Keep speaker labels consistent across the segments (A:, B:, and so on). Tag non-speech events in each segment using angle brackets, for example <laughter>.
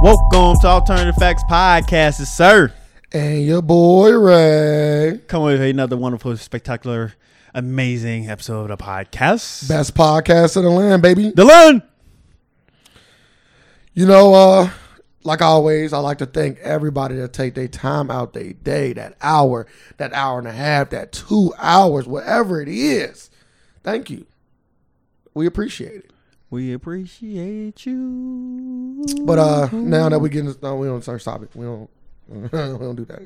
A: Welcome to Alternative Facts Podcast, it's sir.
B: And your boy Ray.
A: Come with another wonderful, spectacular, amazing episode of the podcast.
B: Best podcast in the land, baby.
A: Dylan!
B: You know, uh, like always, I like to thank everybody that take their time out their day, that hour, that hour and a half, that two hours, whatever it is. Thank you. We appreciate it.
A: We appreciate you.
B: But uh now that we getting no, we don't stop it. We don't <laughs> we don't do that.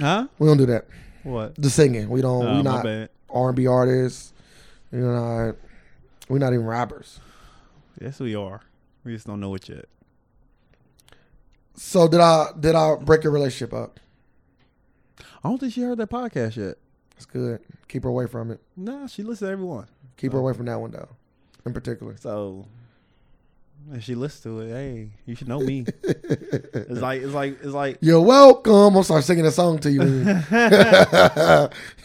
A: Huh?
B: We don't do that.
A: What?
B: The singing. We don't
A: Oh,
B: we
A: my
B: not
A: bad.
B: R and B artists. You know, we're not even rappers.
A: Yes, we are. We just don't know it yet.
B: So did I did I break your relationship up?
A: I don't think she heard that podcast yet.
B: That's good. Keep her away from it.
A: Nah, she listens to everyone.
B: Keep her away from that one though, in particular.
A: So if she listens to it, hey, you should know
B: <laughs>
A: me. it's like it's like it's like
B: You're welcome. I'll start singing a song to you. <laughs> you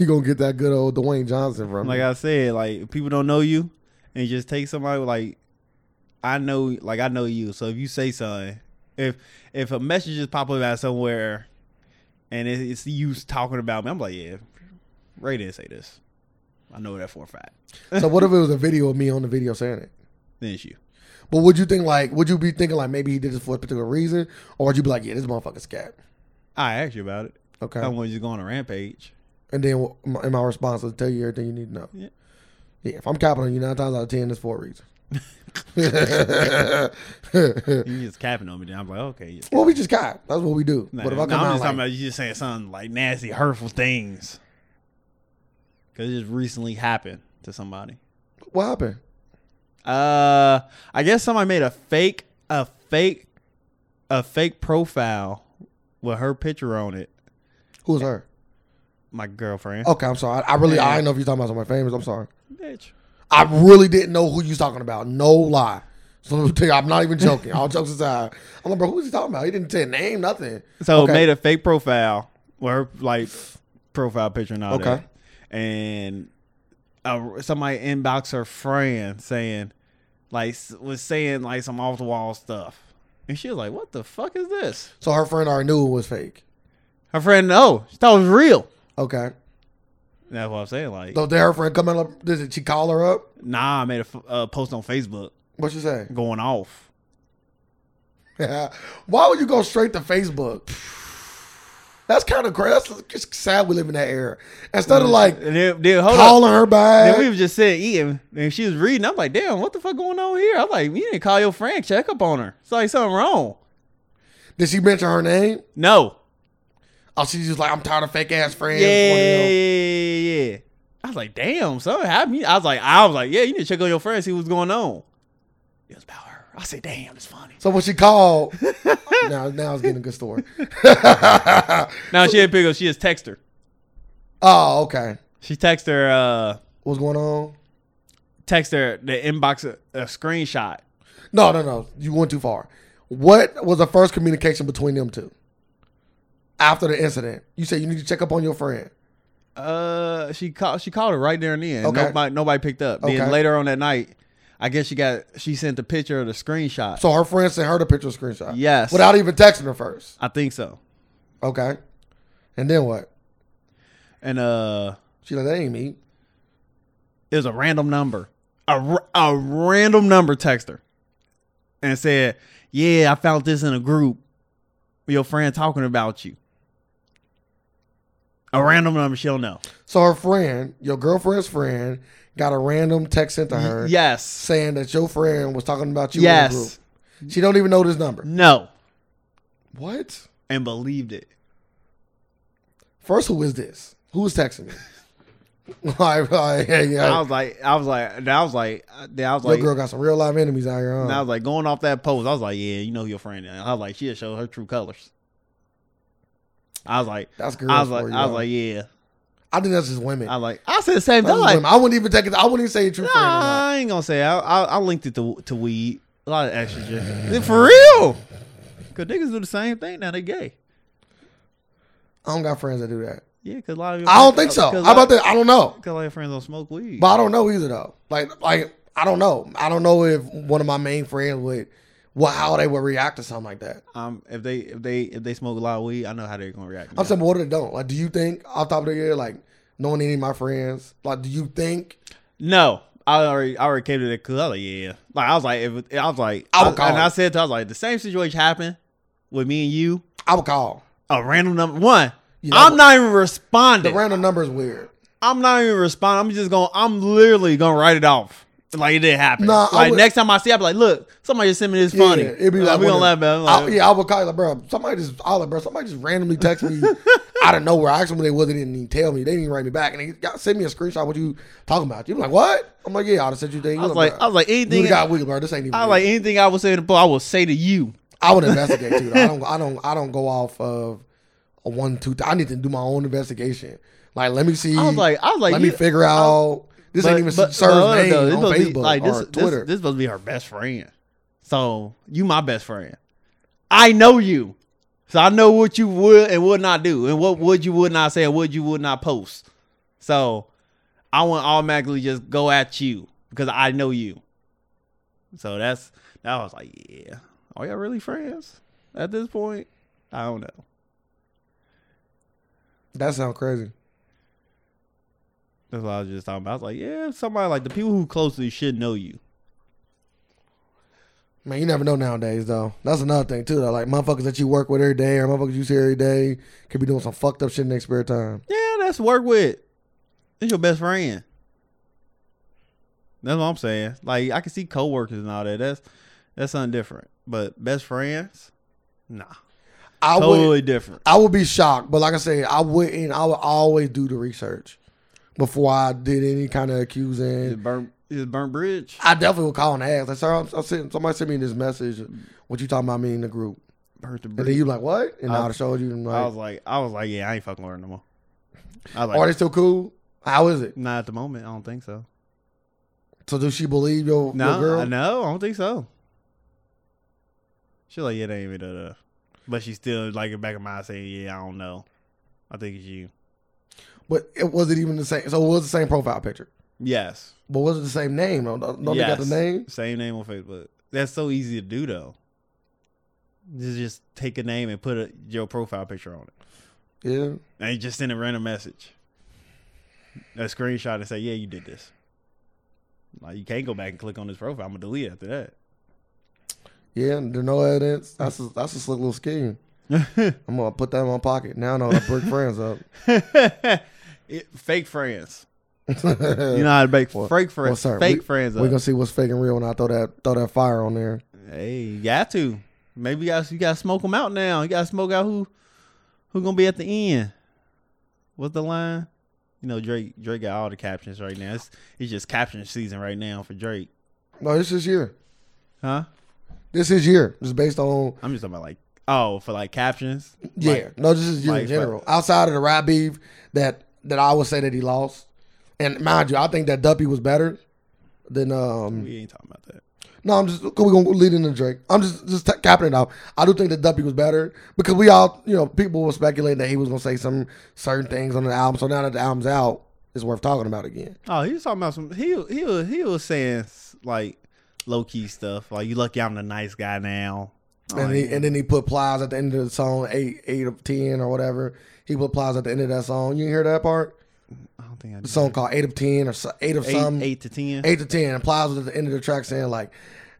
B: gonna get that good old Dwayne Johnson from
A: like
B: me.
A: I said, like if people don't know you and you just take somebody like I know like I know you. So if you say something, if if a message just pop up out somewhere and it, it's you talking about me, I'm like, yeah, Ray didn't say this. I know that for a fact.
B: so what if it was a video of me on the video saying it?
A: Then it's you.
B: But would you think like would you be thinking like maybe he did this for a particular reason, or would you be like, yeah, this motherfucker's scat?
A: I asked you about it.
B: Okay.
A: I want you to go on a rampage.
B: and then my, and my response is tell you everything you need to know.
A: Yeah.
B: Yeah. if I'm capping on you nine times out of ten, it's for a reason. <laughs>
A: You just capping on me. Then I'm like, okay. Yeah.
B: well, we just cap. That's what we do.
A: Nah,
B: but if
A: nah,
B: I
A: I'm
B: come
A: just
B: out
A: talking
B: like,
A: about you just saying something like nasty, hurtful things. Cause it just recently happened to somebody.
B: what happened?
A: Uh, I guess somebody made a fake, a fake, a fake profile with her picture on it.
B: Who was her?
A: My girlfriend.
B: Okay, I'm sorry. I, I really,
A: Yeah.
B: I didn't know if you're talking about somebody famous. I'm sorry.
A: bitch.
B: I really didn't know who you was talking about. No lie. So <laughs> let me tell you, I'm not even joking. All jokes aside, I'm like, bro, who was he talking about? He didn't say a name, nothing.
A: So
B: Okay.
A: made a fake profile with her like profile picture and all
B: Okay.
A: that. And uh, somebody inboxed her friend saying, like, s- was saying like some off the wall stuff, and she was like, "What the fuck is this?"
B: So her friend already knew it was fake.
A: Her friend, no, she thought it was real.
B: Okay.
A: That's what I'm saying. Like,
B: So did her friend come up? Did she call her up?
A: nah, I made a f- uh, post on Facebook
B: What she say? <laughs>
A: going off.
B: Why would you go straight to Facebook? <sighs> That's kind of crazy. That's just sad we live in that era. Instead of like
A: Oh, And then, then hold on.
B: calling her back,
A: Then we was just sitting eating, and she was reading. I'm like, damn, what the fuck going on here? I'm like, you didn't call your friend, check up on her. It's like something wrong.
B: did she mention her name?
A: No.
B: Oh, she's just like, I'm tired of fake ass friends.
A: Yeah, yeah, yeah, yeah. I was like, damn, something happened. I was like, I was like, yeah, you need to check on your friend, see what's going on. It was about her. I said, damn, it's funny.
B: So when she called,
A: <laughs>
B: now now it's getting a good story.
A: Now she didn't pick up. She just text her.
B: oh, okay.
A: She text her. uh
B: What's going on?
A: Text her the inbox a, a screenshot.
B: No, no, no. You went too far. What was the first communication between them two after the incident? You said you need to check up on your friend.
A: Uh, she called. She called her right there and then.
B: Okay.
A: Nobody, nobody picked up. Then
B: Okay.
A: later on that night, I guess she got. She sent the picture of the screenshot.
B: So her friend sent her the picture screenshot.
A: yes,
B: Without even texting her first.
A: I think so.
B: Okay. And then what?
A: And uh,
B: She like, that ain't me.
A: it was a random number. A r- a random number text her, and said, "Yeah, I found this in a group. Your friend talking about you." A random number she'll know.
B: So her friend, your girlfriend's friend, got a random text sent to her
A: Yes.
B: saying that your friend was talking about you in a
A: Yes.
B: group. She don't even know this number.
A: No.
B: What?
A: And believed it.
B: First, who is this? Who is texting me? <laughs> like, like, yeah, yeah.
A: I was like, I was like, then I was like, then I was
B: your
A: like,
B: girl got some real life enemies out here.
A: And I
B: Huh?
A: was like, going off that post, I was like, yeah, you know who your friend. Is. I was like, she'll show her true colors. I was like,
B: That's girls
A: I was like,
B: for you.
A: I was like, yeah.
B: I think that's just women.
A: I was like, I said the same
B: That's
A: thing. Like,
B: just women. I wouldn't even take it. I wouldn't even say it's your friend. Or
A: nah,
B: not.
A: I ain't gonna say. I, I I linked it to to weed, a lot of
B: <laughs>
A: estrogen. For real, cause niggas do the same thing now. They gay.
B: I don't got friends that do that.
A: Yeah, cause a lot of your
B: I don't think
A: friends- uh,
B: so.
A: Cause, a
B: How
A: lot-
B: about that? I don't know.
A: 'cause a lot of your friends don't smoke weed.
B: But I don't know either though. Like like I don't know. I don't know if one of my main friends would what how they would react to something like that.
A: Um, if they if they if they smoke a lot of weed, I know how they're gonna react.
B: I'm
A: now.
B: saying, what if they don't? Like, do you think off the top of the year, like knowing any of my friends, like, do you think
A: No, I already I already came to the club. I was Like, yeah, yeah. like I was like, if, I was like, I,
B: Alcohol.
A: and I said, to, her, I was like, the same situation happened with me and you.
B: I would call?
A: A random number one.
B: You know,
A: I'm not even responding.
B: The random number is weird.
A: I'm not even responding. I'm just going. to I'm literally gonna write it off. Like it didn't happen.
B: Nah, I
A: like
B: would-
A: next time I see, I'll be like, look, somebody just sent me this funny.
B: Yeah, it'd be like,
A: we gonna
B: one of-
A: laugh about. It.
B: I-
A: Like,
B: yeah, I would call you, like, bro. Somebody just, I was like, bro, somebody just randomly text me
A: <laughs>
B: out of nowhere. I asked them what they was. They didn't even tell me. They didn't even write me back. And they got, sent me a screenshot. What you talking about? You be like, what? I'm like, yeah, I would sent you thing.
A: I was like, I was like,
B: you
A: anything.
B: got weak, bro. This ain't even.
A: I
B: I
A: was like anything I would say to Paul, I would say to you.
B: I would investigate too.
A: <laughs>
B: Though. I don't, I don't, I don't go off of a one, two. I need to do my own investigation. Like, let me see.
A: I was like, I was like,
B: let
A: you,
B: me figure out. this ain't even serves
A: hold
B: name
A: though, this
B: on
A: supposed to
B: Facebook
A: be- like,
B: or
A: this, this-
B: Twitter.
A: This, supposed to be her best friend. So you my best friend. I know you, so I know what you would and would not do, and what would you would not say, and what you would not post. So I want automatically just go at you because I know you. So that's that was like, yeah, are y'all really friends at this point? I don't know.
B: that sounds crazy.
A: That's what I was just talking about. I was like, yeah, somebody like the people who closely should know you.
B: Man, you never know nowadays, though. That's another thing too, though. Like motherfuckers that you work with every day, or motherfuckers you see every day, could be doing some fucked up shit in their spare time.
A: Yeah, that's work with. It's your best friend. That's what I'm saying. Like I can see coworkers and all that. That's that's something different. But best friends, nah,
B: I would,
A: totally different.
B: I would be shocked, but like I said, I wouldn't. I would always do the research before I did any kind of accusing.
A: It's burnt, it's burnt bridge.
B: I definitely would call and ask. Like, sir, I'm, I'm sending, somebody sent me this message. What you talking about me in the group?
A: Burnt the
B: And then
A: bridge.
B: you like, what? And
A: I-
B: I would have showed you. and
A: I
B: Like,
A: was like, I was like, yeah, I ain't fucking learning no more. I was
B: are
A: like,
B: they still cool? How is it?
A: not at the moment. I don't think so.
B: So does she believe your, your
A: No,
B: girl?
A: I- no, I don't think so. She like, yeah, they ain't even da, da. But she still like in the back of my mind saying, yeah, I don't know. I think it's you.
B: But it wasn't even the same. So it was the same profile picture,
A: Yes.
B: but was it the same name? Don't, don't they got the
A: Yes.
B: name?
A: Same name on Facebook. That's so easy to do though. Just just take a name and put a, your profile picture on it,
B: Yeah.
A: and you just send a random message, a screenshot, and say, "Yeah, you did this." Like you can't go back and click on this profile. I'm gonna delete it after
B: Yeah, there's no evidence. That's a, that's a slick little scheme. <laughs> I'm gonna put that in my pocket. Now I know how to break <laughs> friends up.
A: that. It- fake friends. You know how to make
B: Uh, Well-
A: fake
B: well,
A: friends.
B: sir,
A: fake
B: <laughs> we-
A: friends.
B: We're
A: Up.
B: gonna see what's fake and real when I throw that throw that fire on there.
A: Hey, you got to. Maybe you got you got to smoke them out now. You got to smoke out who who gonna be at the end. What's the line? You know Drake. Drake got all the captions right now. It's it's just caption season right now for Drake,
B: No, this is year.
A: huh?
B: This is year. Just based on
A: I'm just talking about like oh for like captions.
B: yeah.
A: Like,
B: no, this is year
A: like-
B: in general. Outside of the rap beef that that I would say that he lost, and mind you, I think that Duppy was better than um.
A: we ain't talking about that.
B: No, I'm just we're gonna lead into Drake. I'm just just t- capping it off. I do think that Duppy was better because we all, you know, people were speculating that he was gonna say some certain things on the album. So now that the album's out, it's worth talking about again.
A: Oh, he was talking about some. He he was he was saying like low key stuff. Like you lucky I'm the nice guy now. Oh, I'm
B: and
A: like,
B: he, and then he put plies at the end of the song, eight eight of ten or whatever. He put plies at the end of that song. You hear that part?
A: I don't think I
B: The
A: did.
B: song called Eight of Ten or so- Eight of
A: eight,
B: Some,
A: eight to ten.
B: eight to ten. And plies was at the end of the track saying like,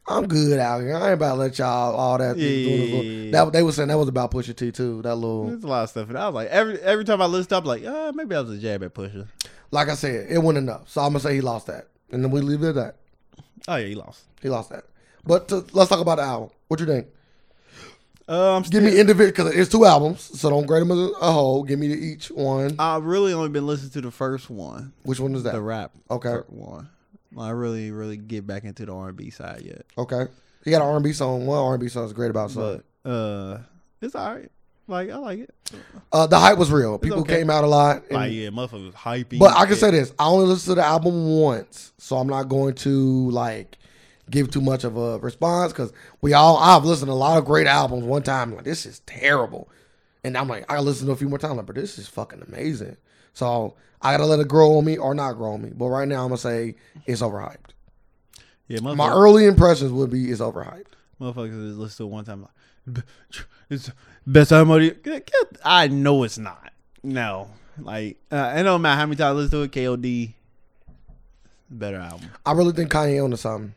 B: "I'm good out here. I ain't about to let y'all all that."
A: Yeah, yeah, yeah, yeah.
B: That they were saying that was about Pusha T too. That little.
A: There's a lot of stuff, and I was like, every every time I listened, I'm like, uh, maybe I was a jab at Pusha.
B: like I said, it wasn't enough. So I'm gonna say he lost that, and then we leave it at that.
A: Oh yeah, he lost.
B: He lost that. But to, let's talk about the album. What you think?
A: Uh, I'm still,
B: Give me individual because it's two albums, so don't grade them as a whole. Give me each one.
A: I really only been listening to the first one,
B: Which one is
A: the
B: that?
A: rap
B: Okay.
A: fir- one. I really really get back into the R&B side yet,
B: Okay, he got an R&B song. One R&B song is great about so.
A: but uh, it's alright. Like I like it.
B: Uh, the hype was real. People
A: okay.
B: came out a lot. and-
A: Like yeah, motherfuckers hyping.
B: But I can
A: it.
B: say this: I only listened to the album once, so I'm not going to like give too much of a response because we all I've listened to a lot of great albums one time. Like this is terrible, and I'm like I listened to a few more times. Like, but this is fucking amazing. So I gotta let it grow on me or not grow on me. But right now I'm gonna say it's overhyped.
A: yeah,
B: My
A: motherfuckers,
B: early impressions would be it's overhyped.
A: Motherfuckers just listen to it one time. Like, "B- it's best time of the year." Get- get- I know it's not. No, like uh, it don't matter how many times I listen to it. K.O.D. Better album
B: I really think Kanye onto something.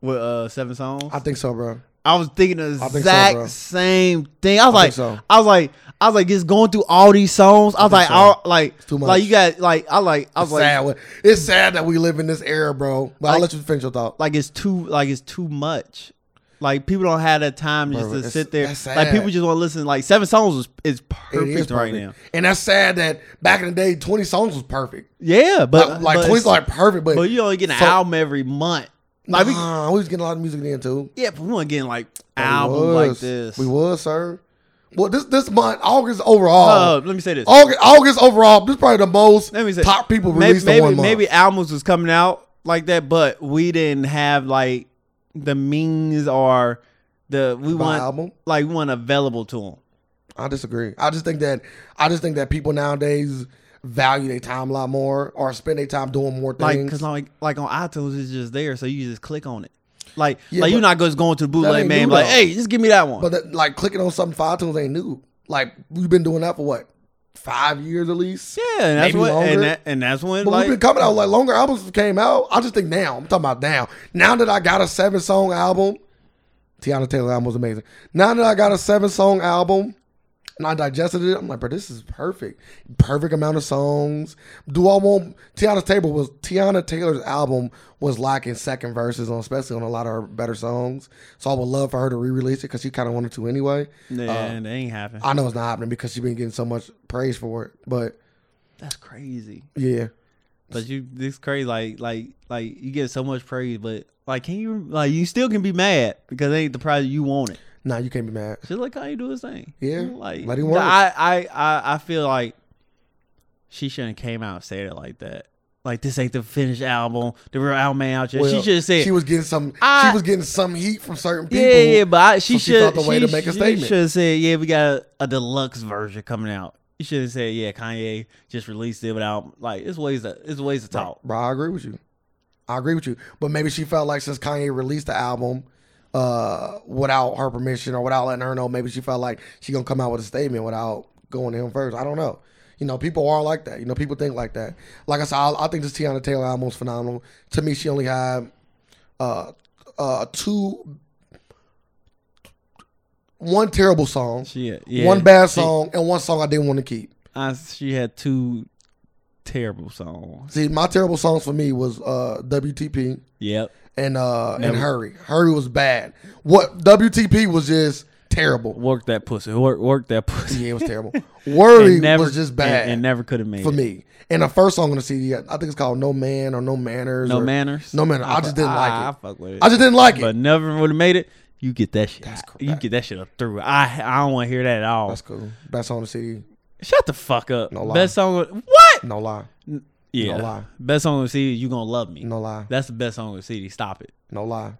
A: with uh seven songs.
B: I
A: I,
B: think so, bro.
A: was thinking the
B: I think so,
A: exact
B: bro.
A: same thing. I was
B: I
A: like,
B: think so.
A: I was like, I was like, just going through all these songs. I was like,
B: think so.
A: all, like,
B: too much.
A: like you got like I like I was
B: It's
A: like,
B: sad. when- It's sad that we live in this era, bro. But I'll
A: Like-
B: let you finish your thought.
A: like it's too like it's too much. Like people don't have the time just
B: Bro,
A: to
B: it's-
A: sit there.
B: that's
A: Like people
B: sad.
A: just want to listen. Like seven songs is, is
B: It
A: perfect
B: is
A: right
B: perfect.
A: now.
B: And that's sad that back in the day, 20 songs was perfect.
A: Yeah, but
B: Like, like
A: but,
B: 20 songs like perfect, but,
A: but you only get an
B: so-
A: album every month. Like we,
B: nah, we was getting a lot of music then, too.
A: yeah, but we weren't getting like
B: We
A: albums like
B: was.
A: this.
B: We was, sir. Well, this this month, August overall,
A: Uh, let me say this.
B: August, August overall, this is probably the most
A: Let me say
B: top people
A: maybe
B: released in
A: maybe,
B: one month.
A: maybe albums was coming out like that, but we didn't have like the means or the we
B: By
A: want
B: album.
A: like we want available to them.
B: I disagree. I just think that I just think that people nowadays value their time a lot more or spend their time doing more
A: like
B: things.
A: because like like on iTunes it's just there, so you just click on it. Like
B: Yeah,
A: like you're
B: but-
A: not just going to the bootleg
B: ain't
A: man,
B: new,
A: like
B: though.
A: hey, just give me that one.
B: but that, like clicking on something for iTunes ain't new. Like we've been doing that for what five years at least.
A: yeah, and that's
B: maybe
A: what
B: longer.
A: and, that, and that's when
B: But
A: like
B: we've been coming out like longer albums came out. I just think now. I'm talking about now. Now that I got a seven song album, Tiana Taylor album was amazing. Now that I got a seven song album and I digested it, I'm like, bro, this is perfect. Perfect amount of songs. Do I want Tiana Taylor was Tiana Taylor's album was lacking second verses on especially on a lot of her better songs. So I would love for her to re-release it because she kind of wanted to anyway.
A: nah,
B: uh,
A: that ain't happening.
B: I know it's not happening because she's been getting so much praise for it. But
A: that's crazy.
B: yeah.
A: But you this crazy like like like you get so much praise, but like can you like you still can be mad because it ain't the prize you wanted.
B: Nah, you can't be mad.
A: Just like how you do his thing.
B: Yeah,
A: like
B: let him work.
A: I I I, I feel like she shouldn't came out and said it like that. Like this ain't the finished album, the real album ain't out yet.
B: Well,
A: she should have said
B: she was getting some.
A: I-
B: she was getting some heat from certain people.
A: Yeah, yeah, but I, she
B: so she
A: should.
B: felt the way to make a statement.
A: Should have said, "Yeah, we got a, a deluxe version coming out." You should have said, "Yeah, Kanye just released it without like it's ways to it's ways to talk."
B: Bro, I agree with you. I agree with you. But maybe she felt like since Kanye released the album uh, without her permission or without letting her know, maybe she felt like she gonna come out with a statement without going to him first. I don't know. You know, people are like that. You know, people think like that. Like I said, I, I think this Tiana Taylor album was phenomenal. To me, she only had uh, uh, two, one terrible song,
A: She had- yeah,
B: one bad
A: She-
B: song, and one song I didn't want to keep.
A: I, she had two terrible songs.
B: See, my terrible songs for me was uh, WTP
A: Yep.
B: and uh, and
A: Never-
B: Hurry. Hurry was bad. What WTP was just terrible.
A: Work that pussy. Work work that pussy.
B: Yeah, it
A: <laughs>
B: was terrible.
A: And
B: Worry was just bad
A: and, and never could have made
B: for
A: it.
B: me. And the first song on the CD, I think it's called No Man or No Manners.
A: No
B: or-
A: manners. Ah,
B: No Manners. I just didn't like
A: I,
B: it.
A: fuck with it.
B: I just didn't like
A: but
B: it.
A: never would have made it. You get that shit.
B: That's
A: you
B: correct.
A: get that shit up through. I I don't want to hear that at all.
B: That's cool. Best song on the CD.
A: Shut the fuck up.
B: No lie.
A: Best song. on- What?
B: No lie.
A: Yeah.
B: No lie.
A: Best song on CD. You gonna love me.
B: No lie.
A: That's the best song on CD. Stop it.
B: No lie.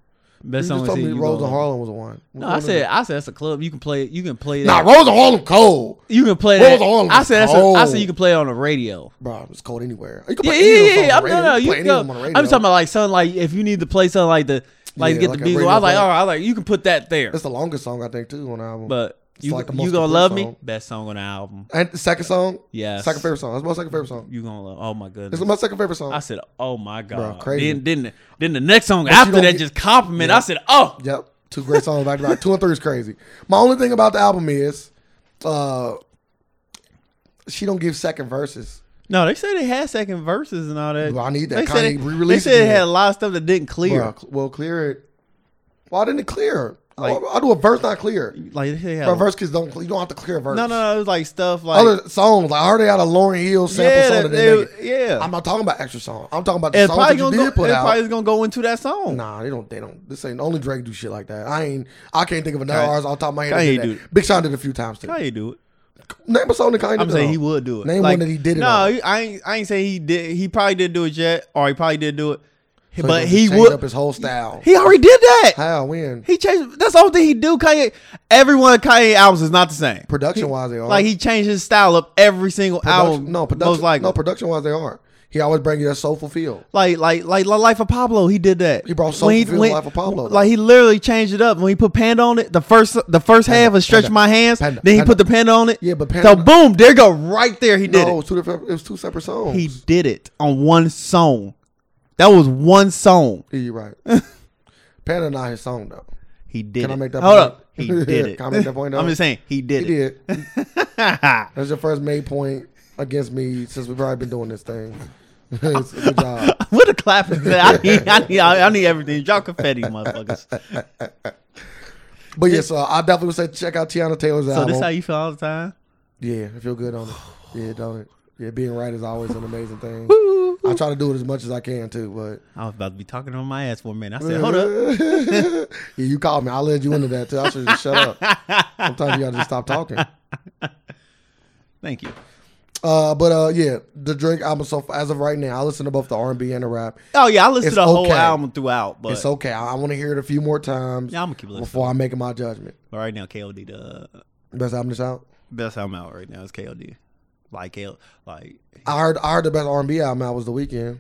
A: Best
B: you
A: song
B: just
A: on
B: told
A: CD.
B: me
A: you
B: Rose
A: gonna
B: and
A: love
B: Harlem was the one.
A: me. No, I said I said that's a club. You can play. You can play
B: Nah,
A: that.
B: Rose and Harlem cold.
A: you can play
B: Rose
A: that.
B: and Harlem
A: I
B: is
A: said that's a, I said
B: cold.
A: you can play it on the radio.
B: Bro, it's cold anywhere. You can
A: Yeah,
B: play
A: yeah,
B: any of those
A: yeah. yeah. I'm,
B: songs
A: no,
B: on
A: no,
B: the radio. You
A: you,
B: can play any
A: no,
B: of them on the
A: I'm
B: radio.
A: just talking about like something like if you need to play something like the like
B: Yeah,
A: get
B: like
A: the
B: a
A: beat.
B: radio
A: I was like,
B: play.
A: all right, I was like you can put that there.
B: It's the longest song I think too on the album.
A: But
B: It's
A: you
B: like the
A: you
B: most
A: gonna
B: complete
A: love me?
B: song.
A: Best song on the album.
B: and the second song,
A: Yes.
B: second favorite song. That's my second favorite song.
A: You gonna love? Oh my goodness.
B: It's my second favorite song.
A: I said, "Oh my god!"
B: crazy.
A: Then, then, then the next song
B: you
A: after
B: don't
A: that
B: get-
A: just compliment. I said, "Oh,
B: Yep, two great songs back to back. Two and three is crazy. My only thing about the album is, uh, she don't give second verses.
A: no!" They said they had second verses and all that.
B: Well, I need that.
A: They said,
B: Kanye
A: it- they
B: re-released
A: said it
B: again.
A: had a lot of stuff that didn't clear.
B: Bruh, well, clear it. Why didn't it clear?
A: Like-
B: I, I do a verse not clear.
A: Like they said,
B: But verse kids don't. You don't have to clear a verse.
A: no, no, no, it was like stuff like
B: Other songs. Like, I already had a Lauren Hill sample
A: yeah,
B: song.
A: that
B: That they,
A: they- yeah.
B: I'm not talking about extra song. I'm talking about the
A: it's
B: songs that
A: probably
B: you
A: gonna
B: did
A: go. It
B: put out.
A: probably is gonna go into that song.
B: Nah, they don't. They don't. This ain't only Drake do shit like that. I ain't. I can't think of another
A: Kanye-
B: artist off the top of my head. that
A: Kanye
B: did that.
A: do
B: Big Sean did it a few times too.
A: How you do it?
B: Name a song that Kanye did.
A: I'm saying
B: though.
A: he would do it.
B: Name one that he did it
A: No,
B: on.
A: he- I ain't. I ain't saying he did. He probably didn't do it yet, or he probably did do it.
B: So
A: but
B: gonna
A: he
B: change
A: would.
B: up his whole style.
A: he already did that.
B: How? When?
A: He changed. That's the only thing he do. Kanye. Every one of Kanye albums is not the same.
B: Production wise, they are
A: Like he changed his style up every single
B: Production-
A: album.
B: No production.
A: Most likely.
B: No production wise, they aren't. He always bring you a soulful feel.
A: Like, like, like, like Life of Pablo, he did that.
B: He brought
A: When
B: soulful
A: he-
B: feel to
A: when-
B: Life of Pablo, though.
A: Like he literally changed it up when he put Panda on it. The first, the first half was stretch
B: Panda,
A: my hands.
B: Panda,
A: then he
B: Panda.
A: put the Panda on it.
B: Yeah, but
A: so
B: Panda-
A: boom, there go right there. He did
B: no, it.
A: it.
B: was two different. It was two separate songs.
A: He did it on one song. That was one song.
B: Yeah, you're right.
A: <laughs>
B: Panda not his song though.
A: He did.
B: Can
A: it.
B: I make that
A: Hold
B: point?
A: up.
B: <laughs>
A: He did it.
B: Can I make that point,
A: I'm
B: though?
A: just saying he did
B: He
A: <laughs>
B: did.
A: it.
B: That's your first made point against me since we've probably been doing this thing. <laughs> It's a good job.
A: <laughs> what a clap is that? I need, I need, I need everything. Drop confetti,
B: <laughs>
A: motherfuckers.
B: But yeah, so I definitely would say check out Tiana Taylor's
A: So
B: album.
A: this how you feel all the time?
B: yeah, I feel good on it. Yeah, don't. Yeah, being right is always an amazing thing. I try to do it as much as I can too, but
A: I was about to be talking on my ass for a minute. I said, hold up.
B: <laughs> yeah, you called me. I led you into that too. I should just shut up. <laughs> Sometimes you gotta just stop talking.
A: <laughs> Thank you.
B: Uh, but uh, yeah, the Drake album. So as of right now, I listen to both the R and B and the rap.
A: Oh yeah, I listened
B: It's
A: to the whole
B: okay.
A: album throughout, but
B: It's okay. I, I want to hear it a few more times
A: yeah, I'm gonna keep listening.
B: before I'm making my judgment.
A: But right now, KOD the
B: Best album that's out.
A: best album out right now is KOD. Like KO, like
B: I heard. I heard the best R and B album out was The Weeknd.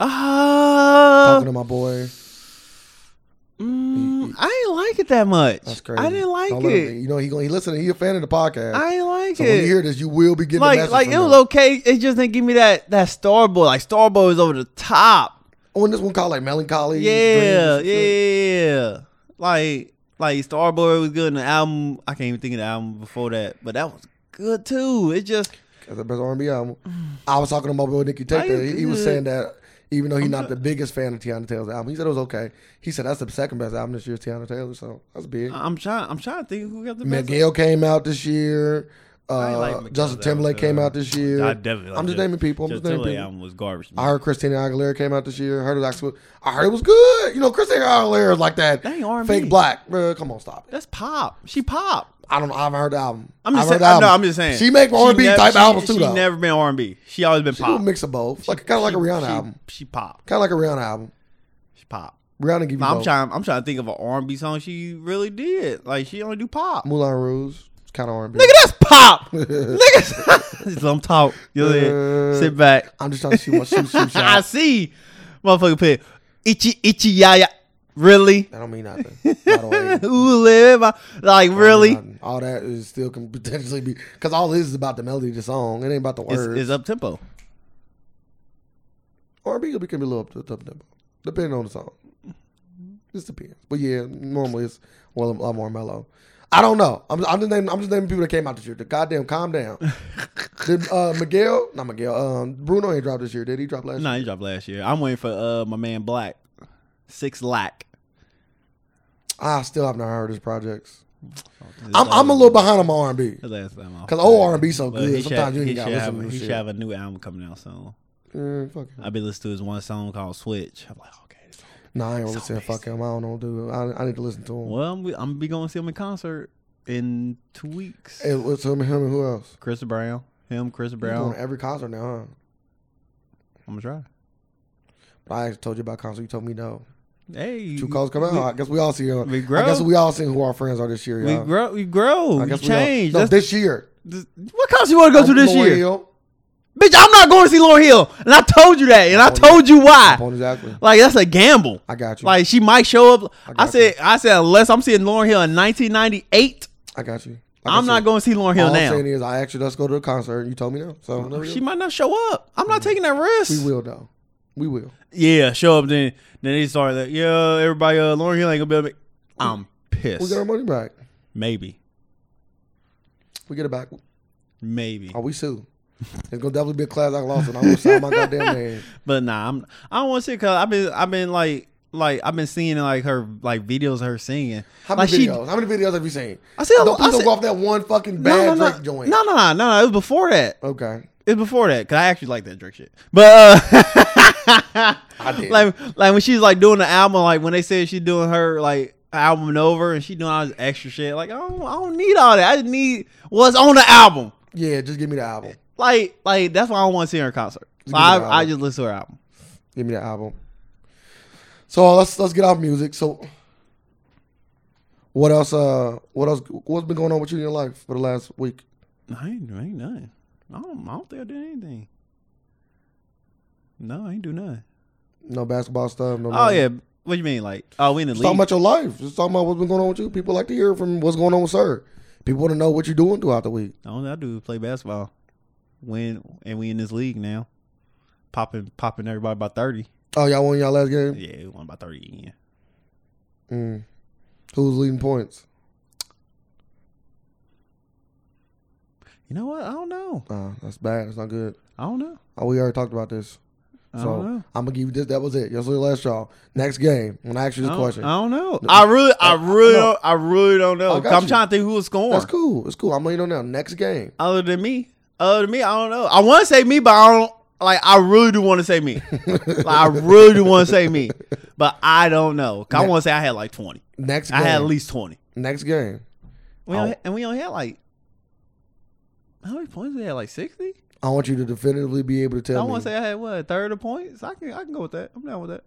A: ah, Uh,
B: Talking to my boy.
A: mm, I didn't like it that much.
B: That's crazy.
A: I didn't like
B: Don't let him-
A: it.
B: you know he gonna he listening. He a fan of the podcast.
A: I didn't like
B: so
A: it.
B: when you hear this, you will be getting the
A: like
B: message
A: like
B: from
A: it
B: him.
A: was okay. It just didn't give me that that Starboy. Like Starboy is over the top.
B: When this one called like melancholy.
A: Yeah,
B: Dreams,
A: yeah, yeah. Like like Starboy was good in the album. I can't even think of the album before that, but that was good too. It just
B: That's the best R&B album. I was talking to my boy Nikki
A: Are you
B: Taylor. He, he was
A: good?
B: saying that even though he's not the biggest fan of Tiana Taylor's album, he said it was okay. He said that's the second best album this year, Tiana Taylor. So that's big.
A: I'm trying I'm trying to think who got the best.
B: Miguel came out this year.
A: ain't
B: Uh,
A: like Miguel's
B: Justin
A: album,
B: Timberlake
A: though.
B: came out this year.
A: I definitely like
B: I'm just
A: Justin-
B: naming people. I'm just,
A: Just
B: naming
A: Tilly
B: people.
A: album was garbage. to me.
B: I heard Christina Aguilera came out this year. I heard it actually. I heard it was good. You know, Christina Aguilera is like that
A: That ain't R&B.
B: fake black. Bruh, come on, stop it.
A: That's pop. She pop.
B: I don't. I haven't heard the album.
A: I'm just
B: I
A: saying.
B: haven't heard the
A: No,
B: album.
A: I'm just saying.
B: She make
A: She
B: R&B
A: nev-
B: type
A: she-
B: albums too.
A: She
B: though.
A: never been R&B. She always been
B: She do a
A: pop.
B: mix of both, like kind of like a
A: She-
B: Rihanna
A: she-
B: album.
A: She pop.
B: Kind of like a Rihanna album.
A: She pop.
B: Rihanna give you
A: I'm
B: both.
A: trying. I'm trying to think of an R&B song she really did. Like she only do pop.
B: Moulin Rouge. It's kind of R&B.
A: Nigga, that's pop. <laughs> Nigga, just let him talk. You know what
B: Uh,
A: I'm saying? sit back.
B: I'm just trying to see what
A: <laughs>
B: shoot shoot
A: I
B: shot.
A: see, motherfucker. Pig. Itchy, itchy, ya, ya. Really? <laughs>
B: That don't mean nothing. By the way. That
A: Ooh, live. Like
B: don't
A: really?
B: mean nothing. All that is still can potentially be because all this is about the melody of the song. It ain't about the
A: It's,
B: words.
A: it's up tempo.
B: R&B can be can be a little up to up tempo, depending on the song.
A: Mm-hmm.
B: Just depends. But yeah, normally it's well a lot more mellow. I don't know. I'm, I'm just naming. I'm just naming people that came out this year. The goddamn, calm
A: <laughs>
B: down. did uh, Miguel? Not Miguel. Um, Bruno ain't dropped this year. Did he drop last? year?
A: Nah, he dropped last year. I'm waiting for uh my man Black, Six Lack.
B: I still have not heard his projects. I'm, I'm a little behind on my R&B.
A: His ass time off.
B: Cause old R and B so
A: But
B: good.
A: he should-
B: Sometimes you
A: he
B: ain't got
A: should
B: to
A: have-
B: listen to
A: He
B: this
A: should
B: shit.
A: have a new album coming out soon.
B: Mm, fuck it.
A: I've been listening to his one song called Switch. I'm like, okay. this-
B: Nah, I ain't really saying fuck him. I don't know, dude. I, I need to listen to him.
A: Well, I'm, I'm gonna be going to see him in concert in two weeks.
B: It was him, him, and who else?
A: Chris Brown, him, Chris
B: He's
A: Brown.
B: doing every concert now,
A: I'm gonna try.
B: huh? I actually told you about concert. You told me no.
A: Hey,
B: Two calls come
A: we-
B: out. I guess we all see. Uh,
A: we
B: I guess
A: grow.
B: we all seen who our friends are this year.
A: We
B: y'all.
A: grow, we grow,
B: I
A: we
B: guess all-
A: change.
B: no,
A: That's-
B: this year.
A: this- what concert you want to go to
B: I'm
A: this
B: Lauryn
A: year,
B: Hill.
A: bitch? I'm not going to see Lauren Hill, and I told you that, and I told you why.
B: Upon exactly.
A: Like that's a gamble.
B: I got you.
A: Ah. Like she might show up. I,
B: got
A: said, I said, unless I'm seeing Lauren Hill in 1998,
B: I got you. Like I
A: I'm not
B: said,
A: going to see Lauren Hill
B: All I'm saying
A: now.
B: is, I asked you let's go to the concert. and You told me no. So there we
A: She
B: go.
A: might not show up. I'm not taking that risk.
B: Mm. we will though. We will.
A: Yeah, show up then. Then they start like, yeah, everybody, uh, Lauren Hill ain't gonna be. Able to make-" I'm
B: We get our
A: pissed.
B: money back.
A: Maybe,
B: We get it back.
A: maybe,
B: Are we sued? It's gonna definitely be a class act lawsuit. I'm gonna sign
A: <laughs>
B: my goddamn name.
A: but nah, I'm. I don't want to see because I've been, I've been like, like I've been seeing like her like videos of her singing.
B: How
A: like
B: many
A: she,
B: videos? How many videos have you seen?
A: I see a-
B: Don't,
A: I
B: please don't
A: see-
B: go off that one fucking
A: no, no,
B: bad
A: no,
B: Drake joint.
A: no, no, no, no, it was before that.
B: Okay.
A: It's before that because I actually like that Drake shit. But uh, <laughs>
B: did.
A: like, like when she's like doing the album, like when they said she's doing her like album and over, and she doing all this extra shit. Like I don't, I don't need all that. I just need what's on the album.
B: Yeah, just give me the album.
A: Like, like that's why I want to see her in concert. So
B: give me the
A: I, I
B: album.
A: just listen to her album.
B: Give me the album. So uh, let's let's get off music. So what else uh what else what's been going on with you in your life for the last week?
A: I ain't, I ain't nothing. I don't, I don't think I did anything. No, I ain't do nothing.
B: No basketball stuff. No
A: Oh yeah, what you mean? Like, oh, we in the
B: Just talking
A: league?
B: about your life. Just talking about what's been going on with you. People like to hear from what's going on with Sir. People want to know what you're doing throughout the week.
A: All I do is play basketball. Win, and we in this league now. Popping, popping everybody by thirty.
B: Oh, y'all won y'all last game.
A: Yeah, we won by thirty again.
B: Mm. Who's leading points?
A: You know what? I don't know.
B: Uh, that's bad. That's not good.
A: I don't know.
B: Oh, we already talked about this.
A: I
B: So
A: don't know.
B: I'm gonna give you this. That was it. That's the last y'all. Next game. When I ask you
A: I
B: this
A: don't,
B: question,
A: I don't know. I really, I really,
B: no.
A: don't, I really don't know.
B: I got
A: 'Cause I'm
B: you.
A: trying to think who was scoring.
B: that's cool. It's cool. I'm letting you know now. Next game.
A: Other than me, other than me, I don't know. I want to say me, but I don't. Like, I really do want to say
B: <laughs>
A: me. like, I really do want to say me, but I don't know. 'Cause I want to say I had like twenty.
B: Next game.
A: I had at least twenty.
B: Next game.
A: We
B: Oh.
A: only, and we only had like how many points we had? Like sixty.
B: I want you to definitively be able to
A: I
B: tell me.
A: want to say I had what a third of points. I can I can go with that. I'm down with that.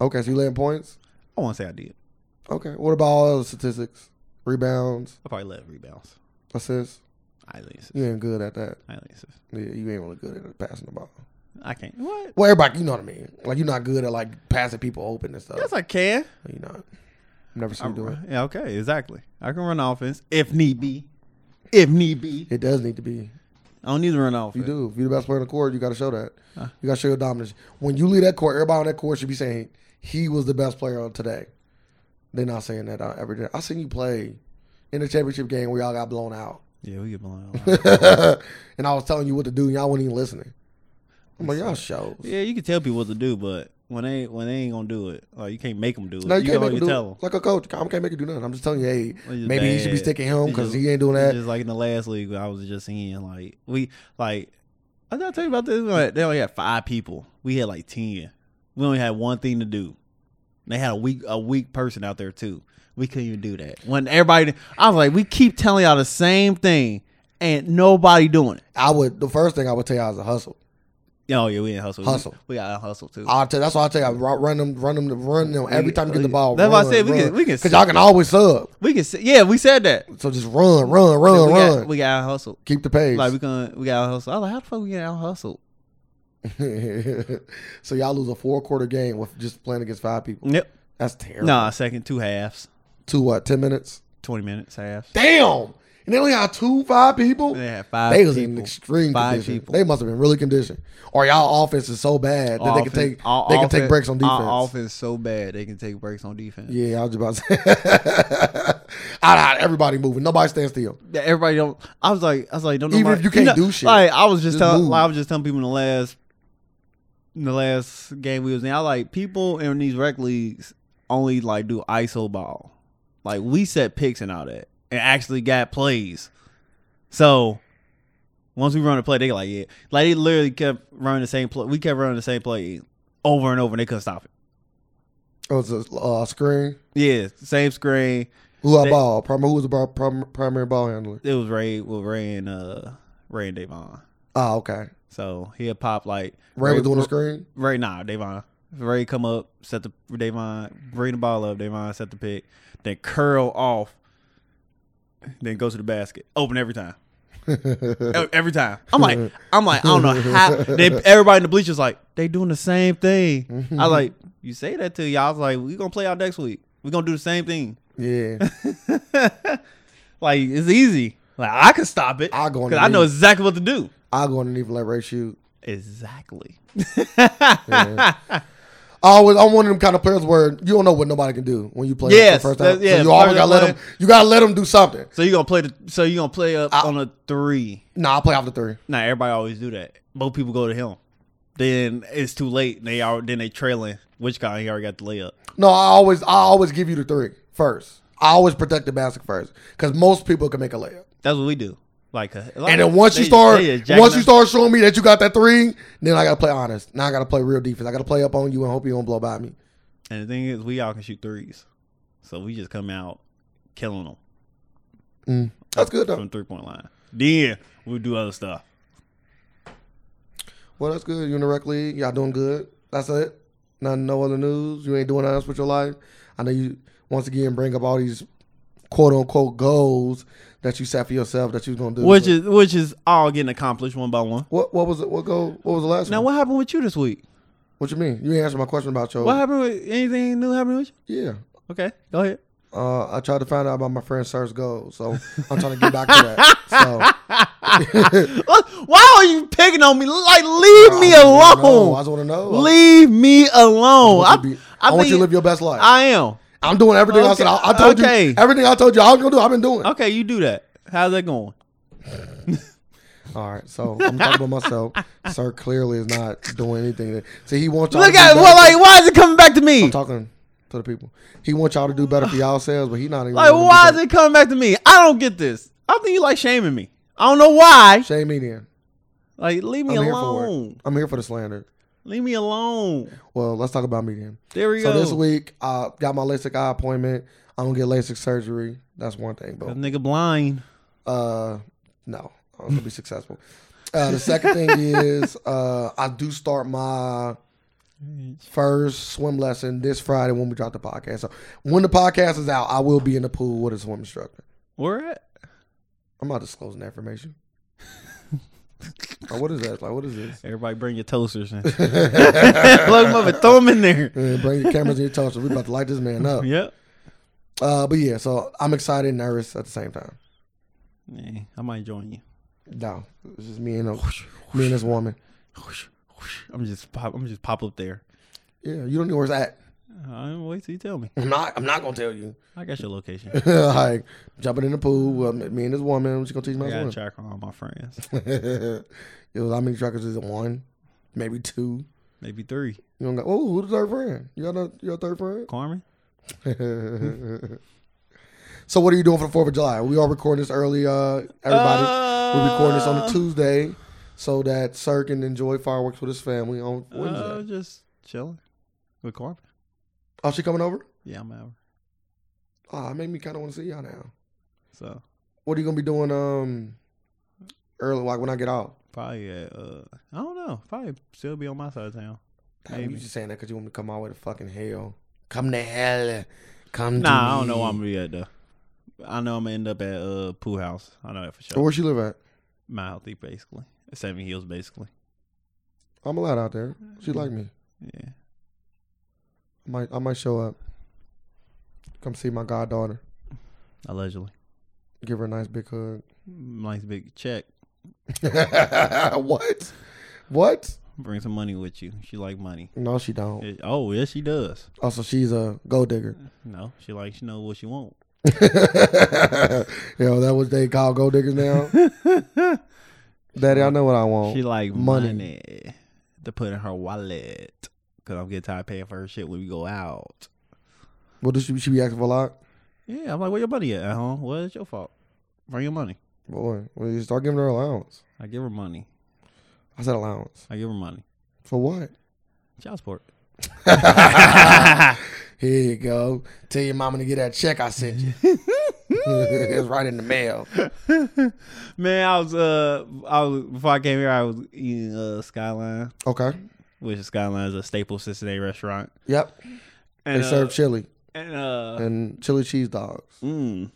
B: okay, so you laying points.
A: I want to say I did.
B: Okay. What about all other statistics? Rebounds,
A: I probably led rebounds.
B: assists.
A: I ain't assist.
B: You ain't good at that.
A: I ain't assist.
B: Yeah, you ain't really good at passing the ball.
A: I can't. What?
B: Well, everybody, you know what I mean. Like you're not good at like passing people open and stuff.
A: Yes, I can.
B: You're not. I've never seen
A: I'm
B: you do it.
A: Yeah, okay, exactly. I can run offense if need be. If need be,
B: It does need to be.
A: I don't need to run offense.
B: You do. If you're the best player on the court, you got to show that. You got to show your dominance. When you leave that court, everybody on that court should be saying he was the best player on today. They're not saying that uh, every day. I seen you play in the championship game where y'all got blown out, <laughs>
A: Yeah, we get blown out.
B: and I was telling you what to do, and y'all weren't even listening. I'm like, y'all shows.
A: yeah, you can tell people what to do, but when they when they ain't gonna do it, like you can't make them do it.
B: No, you, can't
A: can
B: make
A: only
B: him do
A: tell
B: it. Like a coach, I can't make him do nothing. I'm just telling you, hey,
A: It's just
B: maybe he should be
A: bad.
B: sticking him
A: It's
B: because
A: just-
B: he ain't doing
A: it's
B: that.
A: Just like in the last league, I was just seeing like we like I did I tell you about this. Like, they only had five people. We had like ten. We only had one thing to do. And they had a weak a weak person out there too. We couldn't even do that. When everybody, I was like, we keep telling y'all the same thing, and nobody doing it.
B: I would. The first thing I would tell y'all is a hustle.
A: Oh yeah, we didn't hustle. We-
B: Hustle.
A: We, got to hustle too.
B: I'll tell. That's why I tell you, I run run them, run them, run them every time you get the ball.
A: That's why I
B: run,
A: said we can-
B: run.
A: we can-
B: because y'all can always sub.
A: we could, say, yeah, we said that.
B: So just run, run, run,
A: we
B: run.
A: got we got to hustle.
B: Keep the pace.
A: Like we gonna we got to hustle. I was like, how the fuck we get out hustle?
B: <laughs> so y'all lose a four quarter game with just playing against five people.
A: Yep.
B: That's terrible.
A: Nah, second two halves,
B: Two what? Ten minutes?
A: twenty minutes halves.
B: Damn. And they only had two five people.
A: They had five.
B: They was in
A: people.
B: extreme
A: Five
B: condition.
A: people.
B: They must have been really conditioned, or y'all offense is so bad that
A: Our
B: they can
A: offense-
B: take
A: our
B: they can
A: offense-
B: take breaks on defense.
A: Our offense so bad they can take breaks on defense.
B: Yeah, I was just about to say. <laughs> I, I, everybody moving. Nobody stand still.
A: That Everybody don't. I was like, I was like, don't
B: Even
A: nobody-
B: if you can't
A: know,
B: do shit,
A: Like I was just,
B: just
A: telling,
B: move.
A: like, I was just telling people in the last, in the last game we was in. I like people in these rec leagues only like do iso ball. Like we set picks and all that, and actually got plays. So once we run a play, they like yeah, like they literally kept running the same play. We kept running the same play over and over, and they couldn't stop it.
B: Oh, it's a uh, screen.
A: Yeah, same screen.
B: Who I
A: They-
B: ball? Primary, who was the ball, prim, primary ball handler?
A: it was Ray with Ray and uh Ray and Davon.
B: Oh, okay.
A: So he'll pop like
B: Ray was doing the screen.
A: Ray nah Davon. Ray come up, set the Davon bring the ball up, Davon set the pick, then curl off, then go to the basket. Open every
B: <laughs>
A: time. Ev- every time. I'm like I'm like, I don't know how they, everybody in the bleachers like, they doing the same thing. I was like, you say that to y'all. I was like, we gonna play out next week. we gonna do the same thing.
B: Yeah,
A: Like it's easy. Like I can stop it.
B: I'll go
A: Because I know
B: underneath.
A: exactly what to do.
B: I go underneath and let Ray shoot.
A: Exactly.
B: I always, I'm one of them kind of players where you don't know what nobody can do when you play
A: Yes,
B: the first time.
A: that- yeah,
B: so you always
A: first
B: gotta let them.
A: play.
B: You gotta let them do something.
A: So you gonna play the so you gonna play up on a three.
B: Nah, I play off the three.
A: Now everybody always do that. Both people go to him. Then it's too late. They are then they trailing. Which guy he already got the layup.
B: No, I always, I always give you the three first. I always protect the basket first because most people can make a layup.
A: That's what we do. Like, uh, like
B: And then once you
A: they-
B: start,
A: they just
B: once you
A: jacking
B: start showing me that you got that three, then I gotta play honest. Now I gotta play real defense. I gotta play up on you and hope you don't blow by me.
A: up. And the thing is, we all can shoot threes. So we just come out killing them
B: That's good though.
A: from three point line. Then we do other stuff.
B: Well, that's good. You in the rec league? Y'all doing good? That's it. None, no other news. You ain't doing nothing else with your life. I know you once again bring up all these quote unquote goals that you set for yourself that you was gonna do.
A: Which is which is all getting accomplished one by one.
B: what? What was it? What goal? What was the last
A: Now
B: one?
A: what happened with you this week?
B: What you mean? You ain't answer my question about your
A: What happened with anything new happening with you?
B: yeah.
A: Okay, go ahead.
B: Uh, I tried to find out about my friend Sir's goals, so I'm trying to get back to
A: <laughs>
B: that. So
A: Why are you picking on me? Like, leave me
B: I
A: alone.
B: just wanna know. I just want to know.
A: leave me alone.
B: I, want you
A: I,
B: to be-
A: I
B: I want
A: think-
B: you to live your best life. I,
A: I am.
B: am doing everything I said. I, I told
A: Okay.
B: you everything I told you I was gonna do. I've been doing.
A: Okay, you do that. How's that going?
B: All right, so I'm talking about
A: <laughs>
B: myself. Sir clearly is not doing anything. That, see, he wants y'all.
A: Look
B: to do
A: at
B: better
A: well,
B: for-
A: like why is it coming back to me?
B: I'm talking to the people. He wants y'all to do better for y'all selves, but he not even.
A: Like
B: willing to
A: why
B: do
A: is it coming back to me? I don't get this. I think you like shaming me. I don't know why.
B: that. Shame me then.
A: Like leave me
B: I'm here for it.
A: alone.
B: I'm here for the slander.
A: Leave me alone.
B: Well, let's talk about me then.
A: There we
B: So
A: go.
B: this week, I got my LASIK eye appointment. I'm gonna get LASIK surgery. That's one thing,
A: That
B: but
A: nigga blind.
B: uh, no, I'm gonna be successful. Uh, the second thing is uh, I do start my first swim lesson this Friday when we drop the podcast. So when the podcast is out, I will be in the pool with a swim instructor.
A: Where at?
B: I'm not disclosing that information. Like, what is that? Like, what is this?
A: Everybody bring your toasters
B: <laughs>
A: in. Plug them up and throw them in there.
B: Uh, bring your cameras and your toaster. We about to light this man
A: <laughs>
B: up.
A: Yep.
B: Uh, but yeah, so I'm excited and nervous at the same time.
A: Yeah, I might join you.
B: No, it's just me and a, me and this woman.
A: I'm just pop. I'm just pop up there.
B: Yeah, you don't know where it's at.
A: I'm wait till you tell me.
B: I'm not. I'm not gonna tell you.
A: I got your location.
B: <laughs> like jumping in the pool. Well, me me and this woman. She's gonna teach
A: I
B: me how
A: gotta
B: to swim.
A: check on all my friends.
B: <laughs> It was how many truckers is it? One, maybe two.
A: Maybe three.
B: You don't go. Oh, who's the third friend? You got a, your third
A: Carmen.
B: friend. <laughs> so what are you doing for the Fourth of July? We are recording this early. Uh, everybody,
A: Uh,
B: we're recording this on a Tuesday, so that Sir can enjoy fireworks with his family on Wednesday.
A: Uh, just chilling with Carmen.
B: oh, she coming over?
A: Yeah, I'm out.
B: Oh, it made me kind of want to see y'all now.
A: So
B: What are you gonna be doing? Um, early, like when I get off.
A: probably at, uh, I don't know. Probably still be on my side of town.
B: Damn,
A: Maybe.
B: you just saying that because you want me to come all the way to fucking hell. Come to hell. Come. to
A: Nah, I don't
B: me.
A: know where I'm gonna be at though. I know I'm gonna end up at uh Pooh House. I know that for
B: Or
A: sure.
B: Where she live at?
A: My healthy basically. Seven Hills basically.
B: I'm allowed out there. She like me.
A: Yeah.
B: I might I might show up. Come see my goddaughter.
A: Allegedly.
B: Give her a nice big hug.
A: Nice big check.
B: <laughs> what? What?
A: Bring some money with you. She like money.
B: No, she don't.
A: It- oh yes, she does.
B: Also, she's a gold <laughs> digger.
A: No, she like she know what she
B: <laughs>
A: want.
B: Yo, that was they call gold diggers now. Daddy, I know what I want.
A: She like money.
B: money.
A: to put in her wallet. Cause I'm getting tired of paying for her shit when we go out.
B: Well, does she, she be asking for a lot?
A: Yeah, I'm like, where your money at? Huh? Well, it's your fault. Bring your money.
B: Boy, well, you start giving her allowance.
A: I give her money.
B: I said allowance
A: I give her money.
B: for what?
A: Child support. <laughs>
B: Here you go. Tell your mama to get that check I sent <laughs> you. it's right in the mail.
A: Man, I was uh, I was before I came here, I was eating uh Skyline,
B: Okay.
A: which is Skyline is a staple Cincinnati restaurant.
B: Yep.
A: And
B: they
A: uh,
B: serve chili
A: and uh,
B: and chili cheese dogs. <laughs>
A: mm,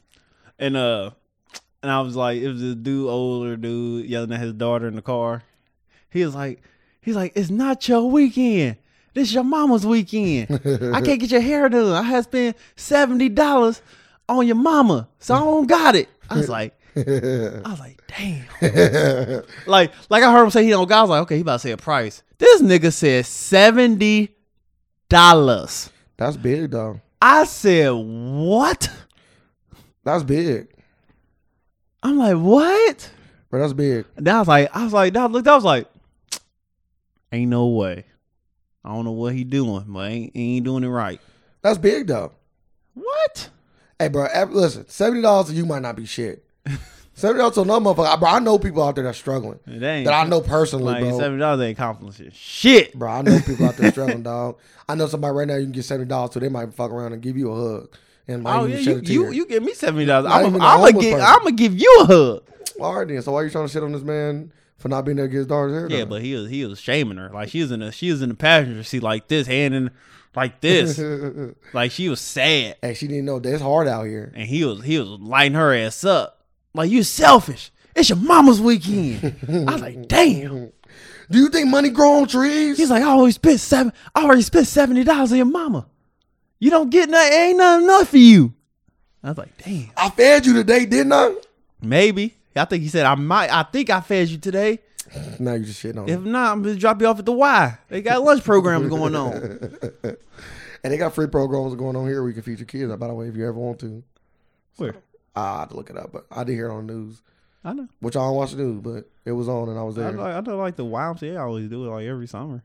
A: and uh, and I was like, it was this dude, older dude, yelling at his daughter in the car. He was like, he's like, it's not your weekend. This your mama's weekend. I can't get your hair done. I had spent seventy dollars on your mama, so I don't got it. I was like, I was like, damn. Like, like I heard him say he don't got. I was like, okay, he about to say a price. This nigga said seventy dollars.
B: That's big though.
A: I said what?
B: That's big.
A: I'm like what?
B: But that's big.
A: And I was like, I was like, dog, look, I was like, ain't no way. I don't know what he doing, but ain't, he ain't doing it right.
B: That's big though.
A: What?
B: Hey, bro. ev- Listen, seventy dollars you might not be
A: <laughs>
B: shit. Seventy dollars to another motherfucker, bro. I know people out there that's struggling.
A: That ain't
B: That I know personally,
A: like
B: bro.
A: seventy dollars ain't accomplishing shit.
B: Bro, I know people out
A: <laughs>
B: there struggling, dog. I know somebody right now you can get seventy dollars, so they might fuck around and give you a hug and might
A: Oh yeah,
B: even shed
A: you,
B: a tear.
A: you you give me seventy dollars.
B: Not
A: I'm
B: even a
A: gonna
B: homeless
A: give
B: person.
A: I'm gonna give you a hug.
B: All right, then. So why are you trying to shit on this man for not being able to get his daughter's hair?
A: Yeah,
B: done?
A: but he was he was shaming her. Like she was in the she was in the passenger seat like this, hand in like
B: <laughs>
A: this. like she was sad.
B: hey, she didn't know that it's hard out here.
A: And he was he was lighting her ass up. Like you selfish. It's your mama's weekend. I was like, damn.
B: Do you think money grow on trees?
A: He's like, I always spent seven. I already spent seventy dollars on your mama. You don't get nothing. Ain't nothing enough for you. I was like, damn.
B: I fed you today, didn't I?
A: Maybe. I think he said I might. I think I fed you today.
B: Now you just shitting on
A: If
B: them.
A: not, I'm gonna drop you off at the Y. They got lunch programs going on.
B: And they got free programs going on here where you can feed your kids. By the way, if you ever want to,
A: <laughs> Where?
B: I had to look it up, but I did hear it on the news,
A: I know.
B: which I don't watch the news, but it was on and I was
A: I
B: there.
A: like, I know like the YMCA. I always do it like every summer.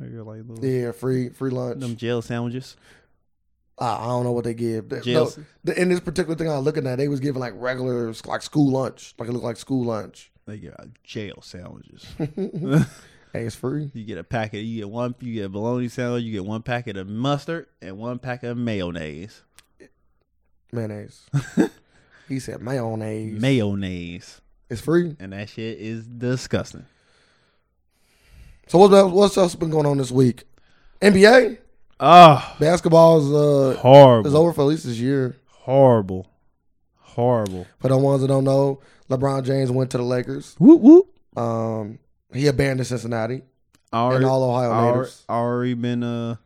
A: They got, like little,
B: yeah, free free lunch.
A: them jail sandwiches.
B: I, I don't know what they give. The-
A: Jail-
B: the- the- in this particular thing I was looking at, they was giving like regular like school lunch, like it looked like school lunch.
A: They get uh, jail sandwiches.
B: hey, it's free.
A: you get a packet. You get one. You get a bologna sandwich. You get one packet of mustard and one packet of mayonnaise. <laughs>
B: Mayonnaise. he said mayonnaise.
A: Mayonnaise,
B: it's free.
A: and that shit is disgusting.
B: So what's else- what's else been going on this week? NBA
A: Oh,
B: basketball is uh is
A: horrible,
B: over for at least this year.
A: horrible, horrible.
B: For the ones that don't know, LeBron James went to the Lakers.
A: Whoop whoop.
B: Um, he abandoned Cincinnati and
A: Already,
B: all Ohio
A: already,
B: natives.
A: already been a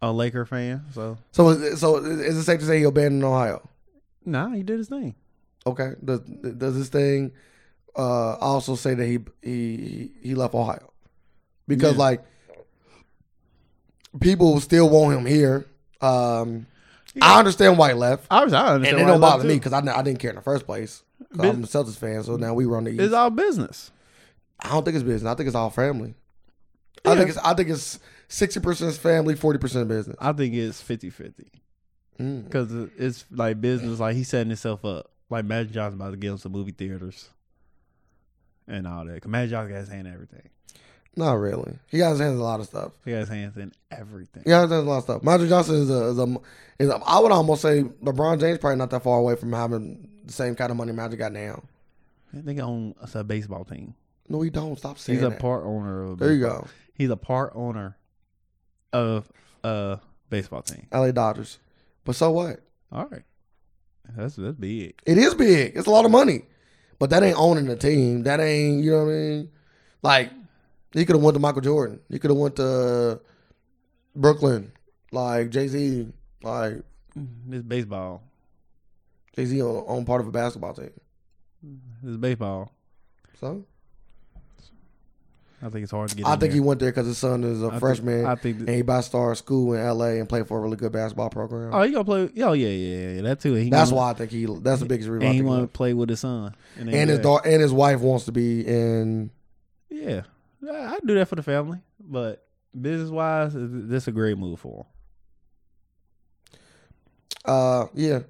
A: a Laker fan, so
B: So, is- so is it safe to say he abandoned Ohio?
A: nah, he did his thing.
B: Okay. Does does this thing uh, also say that he he he left Ohio because
A: Yeah.
B: like people still want him here. Um, I understand why he left,
A: I, was- I
B: and
A: understand.
B: it
A: why
B: don't
A: he left,
B: bother me
A: too.
B: because I, kn- I didn't care in the first place. 'Cause
A: Bus-
B: I'm a Celtics fan, so now we run the East.
A: It's all business.
B: I don't think it's business. I think it's all family. I
A: Yeah.
B: think it's I think it's sixty percent family, forty percent business.
A: I think it's 50 50
B: Mm.
A: because it's like business. Like he's setting himself up. Like Magic Johnson about to get him some movie theaters and all that. 'Cause Magic Johnson got his hand in everything.
B: Not really. He got his hands in a lot of stuff.
A: He got his hands in everything.
B: He got his hands in a lot of stuff. Magic Johnson is a, is a is a, I would almost say LeBron James probably not that far away from having the same kind of money Magic got now.
A: That nigga own it's a baseball team.
B: No, he don't. Stop saying
A: He's a
B: that.
A: part owner of. A
B: there you
A: baseball-
B: go.
A: He's a part owner of a baseball team.
B: LA Dodgers. But so what?
A: All right, that's that's big.
B: It is big. It's a lot of money. But that ain't owning the team. That ain't, you know what I mean? Like, he could have went to Michael Jordan. He could have went to Brooklyn. Like, Jay-Z. Like, Mm-hmm.
A: This baseball,
B: Jay-Z on, on part of a basketball team.
A: this baseball.
B: So,
A: I think it's hard to get.
B: I
A: in
B: think he
A: there.
B: went there because his son is a
A: I think-
B: freshman.
A: I think. th-
B: and he by star school in L.A. and played for a really good basketball program.
A: oh, he gonna play? Oh yeah, yeah, yeah, yeah. That too. He
B: that's
A: gonna-
B: why I think he, that's the biggest reason. I
A: And he
B: think he
A: want to
B: left.
A: play with his son
B: and his
A: yeah.
B: daughter and his wife wants to be in.
A: Yeah, I, I do that for the family, but business wise, this is a great move for him.
B: Uh, yeah.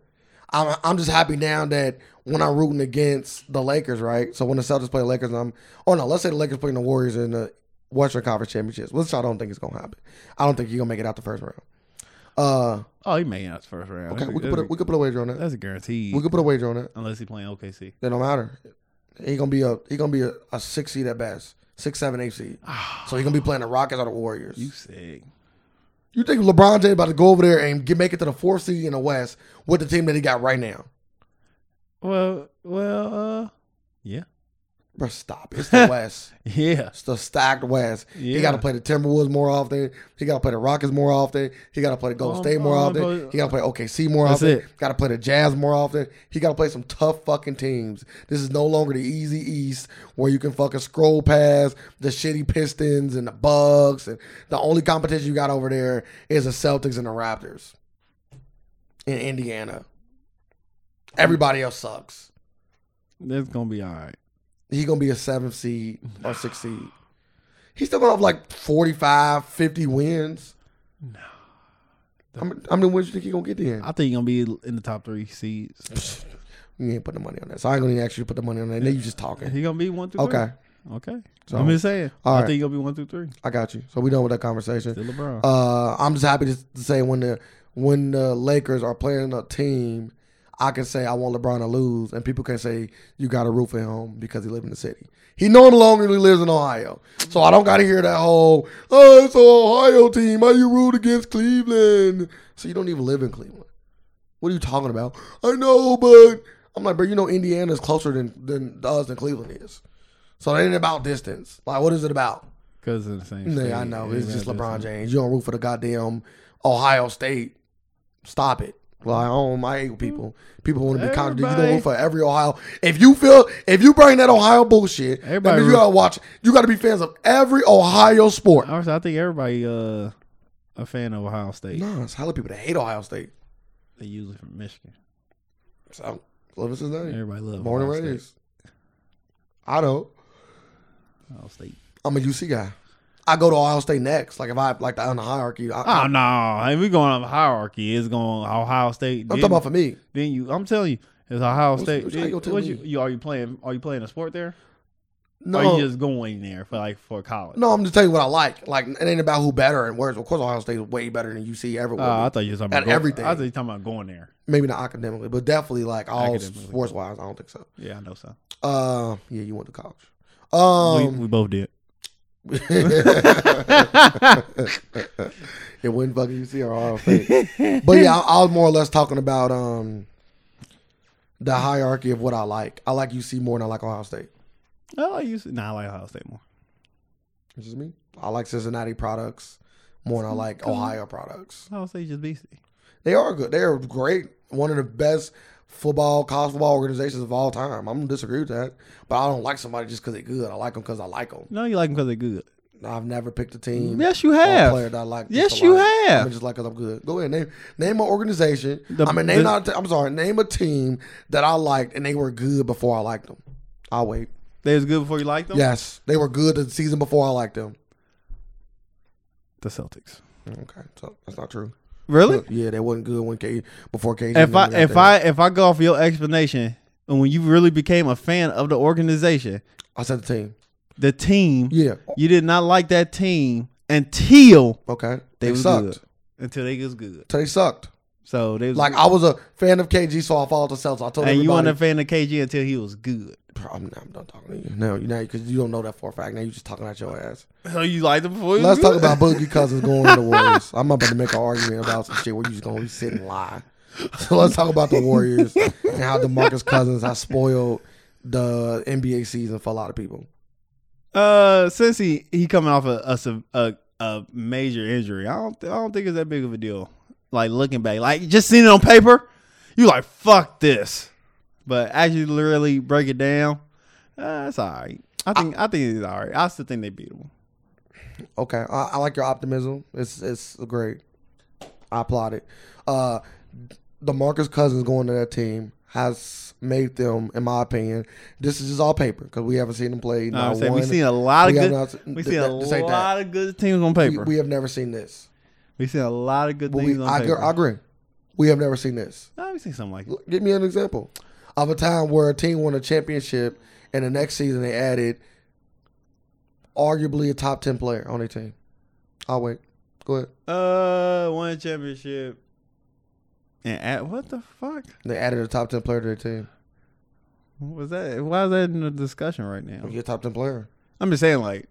B: I'm I'm just happy now that when I'm rooting against the Lakers, right? So when the Celtics play the Lakers, I'm oh no, let's say the Lakers playing the Warriors in the Western Conference Championships, which I don't think is gonna happen. I don't think you're gonna make it out the first round. Uh,
A: Oh, he made it out the first round.
B: okay,
A: That's a-
B: we could put a,
A: that's a-
B: we could put a wager on that.
A: That's a guarantee.
B: We could put a wager on that.
A: unless he playing OKC.
B: That don't matter. He gonna be a he gonna be a, a six seed at best, six seven eight seed. So he gonna be playing the Rockets or the Warriors.
A: You sick.
B: You think LeBron James about to go over there and get, make it to the fourth seed in the West with the team that he got right now?
A: Well, well, uh, yeah,
B: Bro, stop. It's <laughs> the West.
A: yeah,
B: It's the stacked West.
A: yeah.
B: He got to play the Timberwolves more often. He got to play the Rockets more often. He got to play the Golden
A: Oh,
B: State more
A: oh,
B: often.
A: but-
B: He got to play OKC more
A: That's
B: often.
A: it.
B: Got to play the Jazz more often. He got to play some tough fucking teams. This is no longer the easy East where you can fucking scroll past the shitty Pistons and the Bucks. And the only competition you got over there is the Celtics and the Raptors in Indiana. Everybody else sucks.
A: That's gonna be all right.
B: He gonna be a seventh seed or sixth seed. He's still gonna have like 45, 50 wins.
A: No.
B: How many, how many wins you think he gonna get then?
A: I think he gonna be in the top three seeds.
B: You ain't putting the money on that. So I ain't gonna actually put the money on that. Now you just talking.
A: He gonna be one through
B: Okay,
A: three. Okay,
B: So-
A: I'm just saying.
B: All
A: I
B: right.
A: think he gonna be one through three.
B: I got you. So we done with that conversation.
A: Still LeBron.
B: Uh, I'm just happy to to say when the when the Lakers are playing a team, I can say I want LeBron to lose, and people can say you got to root for him because he lives in the city. He no longer lives in Ohio, so I don't got to hear that whole "Oh, it's an Ohio team. How you root against Cleveland?" So you don't even live in Cleveland. What are you talking about? I know, but I'm like, bro, you know Indiana's closer than than to us than Cleveland is, so it ain't about distance. Like, what is it about?
A: Because of the same. state.
B: Yeah, I know. It's
A: Everybody
B: just
A: does
B: LeBron
A: that.
B: James. You don't root for the goddamn Ohio State. Stop it. Like I don't my age people. People want to be counted. You don't
A: Everybody-
B: root for every Ohio. If you feel if you bring that Ohio bullshit, that
A: Everybody
B: means you
A: root-
B: gotta watch. You gotta be fans of every Ohio sport.
A: Also, I think everybody uh a fan of Ohio State.
B: No, it's hella people that hate Ohio State.
A: They usually from Michigan.
B: So love is his name.
A: Everybody loves
B: Born and
A: Ohio State.
B: raised. I don't.
A: Ohio State.
B: I'm a UC guy. I go to Ohio State next. Like if I like the, on the hierarchy. I,
A: Oh
B: I'm,
A: no! Hey, we going up hierarchy. It's going Ohio State.
B: I'm
A: then-
B: talking about for me.
A: Then you, I'm telling you, it's Ohio
B: What's-
A: State.
B: what's-
A: Then-
B: how you gonna tell
A: what
B: me?
A: you, you are you playing? Are you playing a sport there?
B: No,
A: Or are Oh, you just going there for like for college?
B: No, I'm just telling you what I like. Like it ain't about who better and worse. Of course, Ohio State is way better than UC everywhere.
A: Uh, I thought you were talking about
B: At
A: going-
B: everything.
A: I thought you were talking about going there.
B: Maybe not academically, but definitely like all
A: Academically.
B: sports wise. I don't think so.
A: Yeah, I know so.
B: Uh, yeah, you went to college. Um,
A: we, <laughs> we both did.
B: <laughs> it wasn't fucking UC or Ohio State. but yeah, I, I was more or less talking about um the hierarchy of what I like. I like UC more than I like Ohio State.
A: <laughs> I like you. Nah, I like Ohio State more.
B: Which is me. I like Cincinnati products more than I like Ohio products.
A: Ohio State just BC.
B: They are good. They are great. One of the best football, college football organizations of all time. I'm gonna disagree with that, but I don't like somebody just because they're good. I like them because I like them.
A: No, you like them because they're good.
B: I've never picked a team.
A: Mm, Yes, you
B: or a
A: have.
B: Mm. player that I like. just
A: Yes,
B: to
A: you
B: like.
A: have.
B: I'm just like because I'm good. Go ahead. Name name an organization.
A: The-
B: I mean, name
A: the-
B: not. a te- I'm sorry. Name a team that I liked and they were good before I liked them. I'll wait.
A: They was good before you liked them.
B: Yes, they were good the season before I liked them.
A: the Celtics.
B: Okay, so that's not true.
A: Really?
B: Yeah, they wasn't good when K before KG.
A: if I
B: got
A: if
B: there.
A: I if I go off your explanation, and when you really became a fan of the organization,
B: I said the team.
A: the team,
B: Yeah.
A: you did not like that team until
B: Okay.
A: they,
B: They,
A: was
B: sucked.
A: good. Until they was good.
B: So they sucked.
A: So they was
B: Like
A: like,
B: I was a fan of KG, so I followed the Celtics. I told
A: and you weren't
B: everybody.
A: a fan of KG until he was good.
B: I'm, I'm done talking to you now. You now because you don't know that for a fact. Now you just talking out your ass.
A: So Oh, you liked him before. He
B: Let's
A: was
B: talk
A: good?
B: about Boogie Cousins going to the Warriors. I'm about to make an argument about some shit where you just gonna sit and lie. <laughs> So let's talk about the Warriors and how DeMarcus Cousins has spoiled the NBA season for a lot of people.
A: Uh, since he he coming off a a, sev- a a major injury, I don't I don't think it's that big of a deal. Like looking back, like just seeing it on paper, you like fuck this, but actually literally break it down, uh, it's all right. I think I, think it's all right. I still think they beatable.
B: Okay, I, I like your optimism. It's it's great. I applaud it. Uh, DeMarcus Cousins going to that team has made them, in my opinion. This is just all paper because we haven't seen them play.
A: No, I'm
B: not
A: saying we
B: one-
A: seen a lot of
B: we have
A: good.
B: not-
A: We
B: th-
A: seen a
B: th- this ain't that.
A: lot of good teams on
B: We,
A: paper.
B: we have never seen this.
A: We seen a lot of good
B: But
A: things
B: we,
A: on
B: I, agree,
A: paper.
B: I agree. We have never seen this.
A: No, we seen something like that.
B: Give me an example of a time where a team won a championship and the next season they added arguably a top 10 player on their team. I'll wait. Go ahead.
A: Uh, one championship. And at what the fuck
B: They added a top 10 player to their team.
A: was that? Why is that in the discussion right now?
B: You're a top 10 player.
A: I'm just saying, like,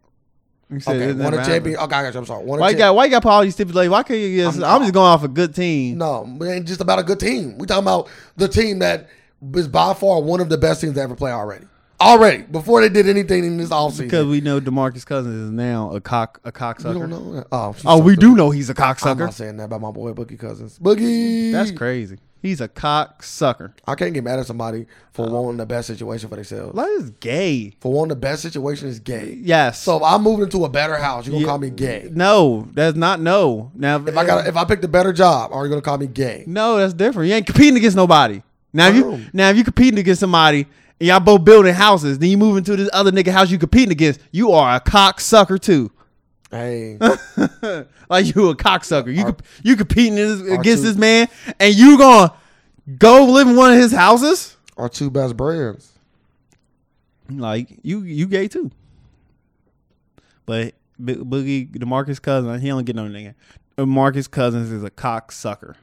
A: you said
B: Okay,
A: it
B: won
A: never
B: a
A: happened.
B: champion. Okay, I got you. I'm sorry. Won a
A: Why you
B: champ-
A: got why you got put all these stipulations? Why can't you get? I'm,
B: I'm-
A: just going off a good team.
B: No, it ain't just about a good team. We talking about the team that is by far one of the best teams to ever play already. Already, before they did anything in this
A: Because
B: offseason.
A: we know Demarcus Cousins is now a cock a
B: We don't
A: cocksucker.
B: know that. Oh,
A: Oh, we
B: do.
A: do know he's a
B: I'm
A: cocksucker.
B: not saying that about my boy Boogie Cousins. Boogie,
A: That's crazy. He's a cocksucker.
B: I can't get mad at somebody for
A: Uh-uh.
B: wanting the best situation for themselves.
A: That is gay.
B: For wanting the best situation is gay.
A: Yes.
B: So if I moved into a better house, you gonna
A: Yeah.
B: call me gay?
A: no, that's not no. Now
B: If I got, if I picked a better job, are you gonna call me gay?
A: <laughs> no, that's different. You ain't competing against nobody. Now if
B: Oh.
A: you now if you competing against somebody and y'all both building houses, then you move into this other nigga house you competing against. You are a cocksucker too. <laughs>
B: Hey,
A: like you a cocksucker. You comp- you competing in this, against
B: two-
A: this man, and you gonna go live in one of his houses?
B: our two best brands.
A: Like you you gay too. But Bo- Boogie Demarcus Cousins, he don't get no nigga. Demarcus Cousins is a cocksucker.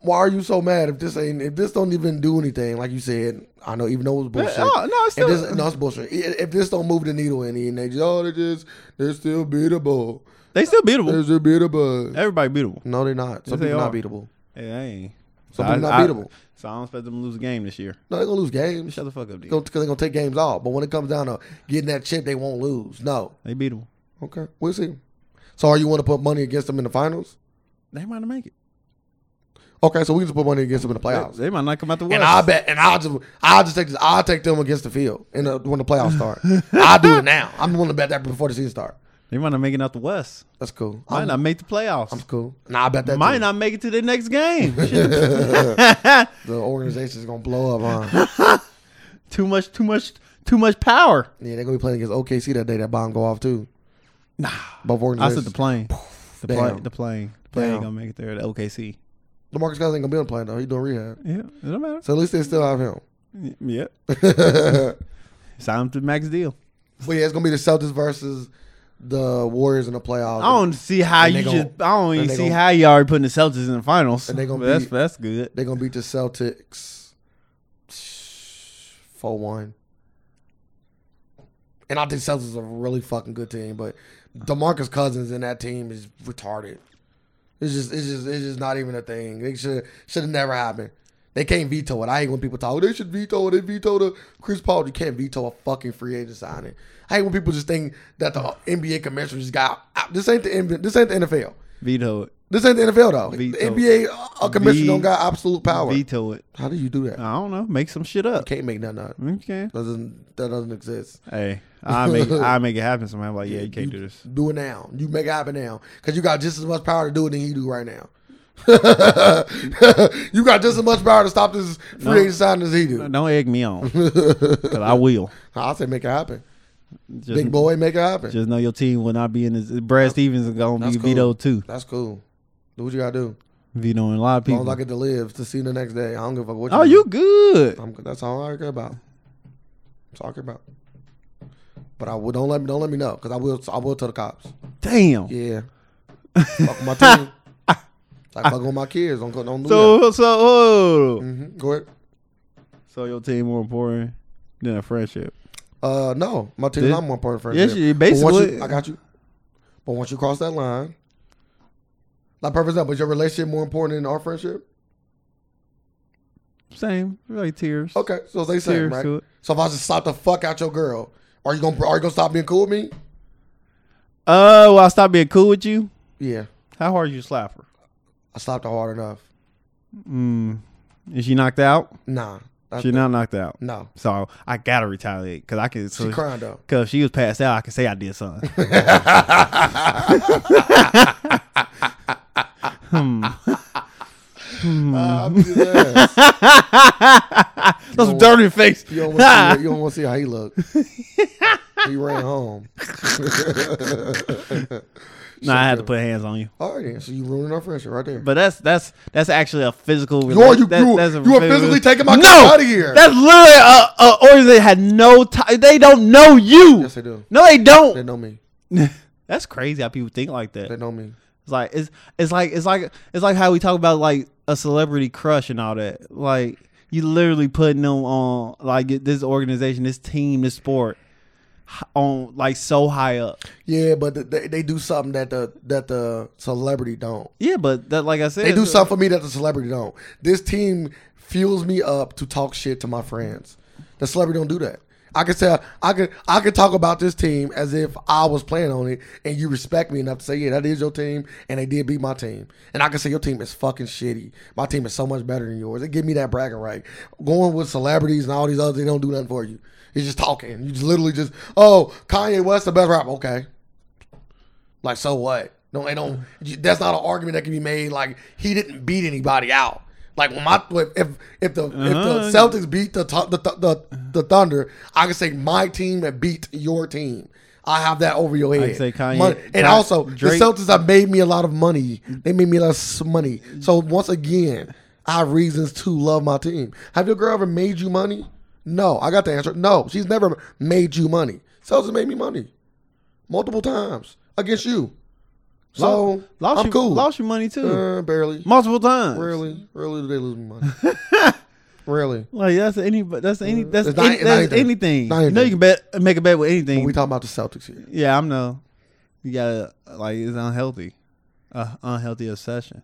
B: Why are you so mad if this ain't if this don't even do anything? Like you said, I know even though it was bullshit.
A: no, no, it's
B: If this,
A: still-
B: no, it's bullshit. If if this don't move the needle any, and they just oh they just they're still beatable.
A: They still beatable.
B: They're still beatable.
A: Everybody beatable.
B: No, they're not.
A: Yes,
B: Some
A: they
B: people
A: are.
B: not beatable.
A: Hey, I ain't.
B: So people not
A: I- I-
B: beatable.
A: So I don't expect them to lose a game this year.
B: No, they're gonna lose games
A: Shut the fuck up, dude.
B: because they're gonna take games off. But when it comes down to getting that chip, they won't lose. No.
A: They beatable.
B: Okay, we'll see. So, are you want to put money against them in the finals?
A: They might not make it.
B: Okay, so we can just put money against them in the
A: They,
B: playoffs.
A: they might not come out the West.
B: And I bet, and I'll just, I'll just take this. I'll take them against the field in the, when the
A: <laughs>
B: playoffs start. I'll do it now. I'm willing to bet that before the season start.
A: they might not make it out the West.
B: That's cool.
A: Might
B: I'm,
A: not make the playoffs.
B: I'm cool. Nah, I bet that
A: might
B: too. <laughs>
A: not make it to the next game.
B: the organization's gonna blow up.
A: <laughs>
B: Huh?
A: too much, too much, too much power.
B: yeah, they're gonna be playing against OKC that day. That bomb go off too.
A: Nah.
B: Both
A: I said
B: organizations.
A: the plane. The plane.
B: Damn.
A: The plane. The plane
B: Damn.
A: ain't gonna make it there. The OKC.
B: Demarcus Cousins ain't gonna be on the plane though. He doing rehab,
A: Yeah. It don't matter.
B: so at least they still have him.
A: Y- Yeah. <laughs> Sign him to max deal.
B: But yeah, it's gonna be the Celtics versus the Warriors in the playoffs.
A: I don't see how
B: And
A: you
B: they gon-
A: just. I don't
B: and
A: even
B: they
A: see
B: gon-
A: how you already putting the Celtics in the finals.
B: And they gon'
A: But that's
B: beat-
A: that's good.
B: They're gonna beat the Celtics four one. And I think Celtics are a really fucking good team, but DeMarcus Cousins in that team is retarded. It's just it's just it's just not even a thing. They should should have never happened. They can't veto it. I hate when people talk. "Oh, They should veto it. They veto the Chris Paul. You can't veto a fucking free agent signing. I hate when people just think that the NBA commissioner just got. out. This ain't the NBA, this ain't the NFL.
A: Veto it.
B: This ain't the NFL though.
A: Veto.
B: The NBA a commissioner
A: Ve-
B: don't got absolute power.
A: Veto it.
B: How do you do that?
A: I don't know. Make some shit up.
B: Can't make nothing up.
A: Okay.
B: Doesn't that doesn't exist?
A: Hey,
B: <laughs>
A: I make I make it happen. Somehow, like yeah, you can't do this.
B: Do it now. You make it happen now because you got just as much power to do it than he do right now. <laughs> you got just as much power to stop this free
A: No.
B: agent signing as he do.
A: Don't egg me
B: <laughs>
A: on, 'Cause I will.
B: I say make it happen,
A: Just,
B: big boy. Make it happen.
A: just know your team will not be in this. Brad Stevens is gonna
B: That's
A: be
B: cool.
A: vetoed too.
B: That's cool. Do what you gotta do.
A: Vetoing a lot of
B: As long as
A: people.
B: I get to live to see you the next day, I don't give a fuck what.
A: oh,
B: do.
A: you good?
B: I'm, that's all I care about. Talking about. But I will don't let me don't let me know because I will I will tell the cops.
A: Damn. <laughs>
B: Yeah. fuck with my team. Like fuck with my kids. Don't go. Don't do
A: So so oh.
B: that. Mhm. Go ahead.
A: so your team more important than a friendship.
B: Uh, no, my team's
A: Did-
B: not more important for
A: Yes, you- basically-
B: I got you. But once you cross that line, like purpose up. Is your relationship more important than our friendship?
A: Same like tears.
B: Okay, so they say
A: Serious
B: right.
A: to it.
B: So if I just slap the fuck out your girl, are you gonna are you gonna stop being cool with me?
A: Oh, well, I stopped being cool with you.
B: Yeah,
A: How hard you slap her?
B: I slapped her hard enough.
A: Mm. Is she knocked out?
B: Nah, I-
A: She not knocked out.
B: no.
A: So I gotta retaliate because I can.
B: She
A: So,
B: crying though.
A: Cause if she was passed out, I can say I did
B: <laughs>
A: something. Mm.
B: Uh, I'm just
A: <laughs>
B: asking.
A: That's some dirty face.
B: You don't want to see, you don't want to see how
A: <laughs>
B: he looked. he ran home.
A: No, I had to put hands on you.
B: All right, then. so you ruining our friendship right there.
A: But that's that's that's actually a physical.
B: You are- you-
A: that-
B: you-
A: that's a
B: you are
A: physical-
B: physically taking my
A: no,
B: kids outta here.
A: That's literally a, a organization had no. T- they don't know you.
B: yes, they do.
A: No, they
B: They
A: don't.
B: know me.
A: that's crazy how people think like
B: They
A: that.
B: know me.
A: It's like it's it's like it's like it's like how we talk about like a celebrity crush and all that. Like you literally putting them on like this organization, this team, this sport h- on like so high up.
B: Yeah, but th- they, they do something that the that the celebrity don't.
A: Yeah, but that like I said,
B: They do something for me that the celebrity don't. This team fuels me up to talk shit to my friends. The celebrity don't do that. I could tell I could I could talk about this team as if I was playing on it and you respect me enough to say, yeah, that is your team and they did beat my team. And I can say your team is fucking shitty. My team is so much better than yours. They give me that bragging right. Going with celebrities and all these others, they don't do nothing for you. It's just talking. You just literally just, oh, Kanye West the best rapper. Okay. Like, so what? No, they don't. you- That's not an argument that can be made. Like, he didn't beat anybody out. Like, when my if if the
A: Uh-huh.
B: if the Celtics beat the, Thu- the Thu- the the Thunder, I can say my team that beat your team. I have that over your head.
A: say Kanye-
B: Mon- and
A: Ki-
B: also
A: Drake-
B: the Celtics have made me a lot of money. They made me less money. So once again, I have reasons to love my team. Have your girl ever made you money? No, I got the answer. No, she's never made you money. Celtics made me money multiple times against you. So
A: lost
B: I'm
A: you,
B: cool.
A: Lost your money too,
B: Uh, barely.
A: multiple times.
B: Rarely, rarely do they lose me monody. rarely.
A: Like that's any, that's any, that's,
B: Uh, It's not-
A: any-
B: it's not
A: that's
B: anything.
A: anything.
B: It's not
A: You know you can bet, make a bet with anything.
B: We talking about the Celtics here.
A: yeah, I'm no. You gotta like it's unhealthy, uh, unhealthy obsession.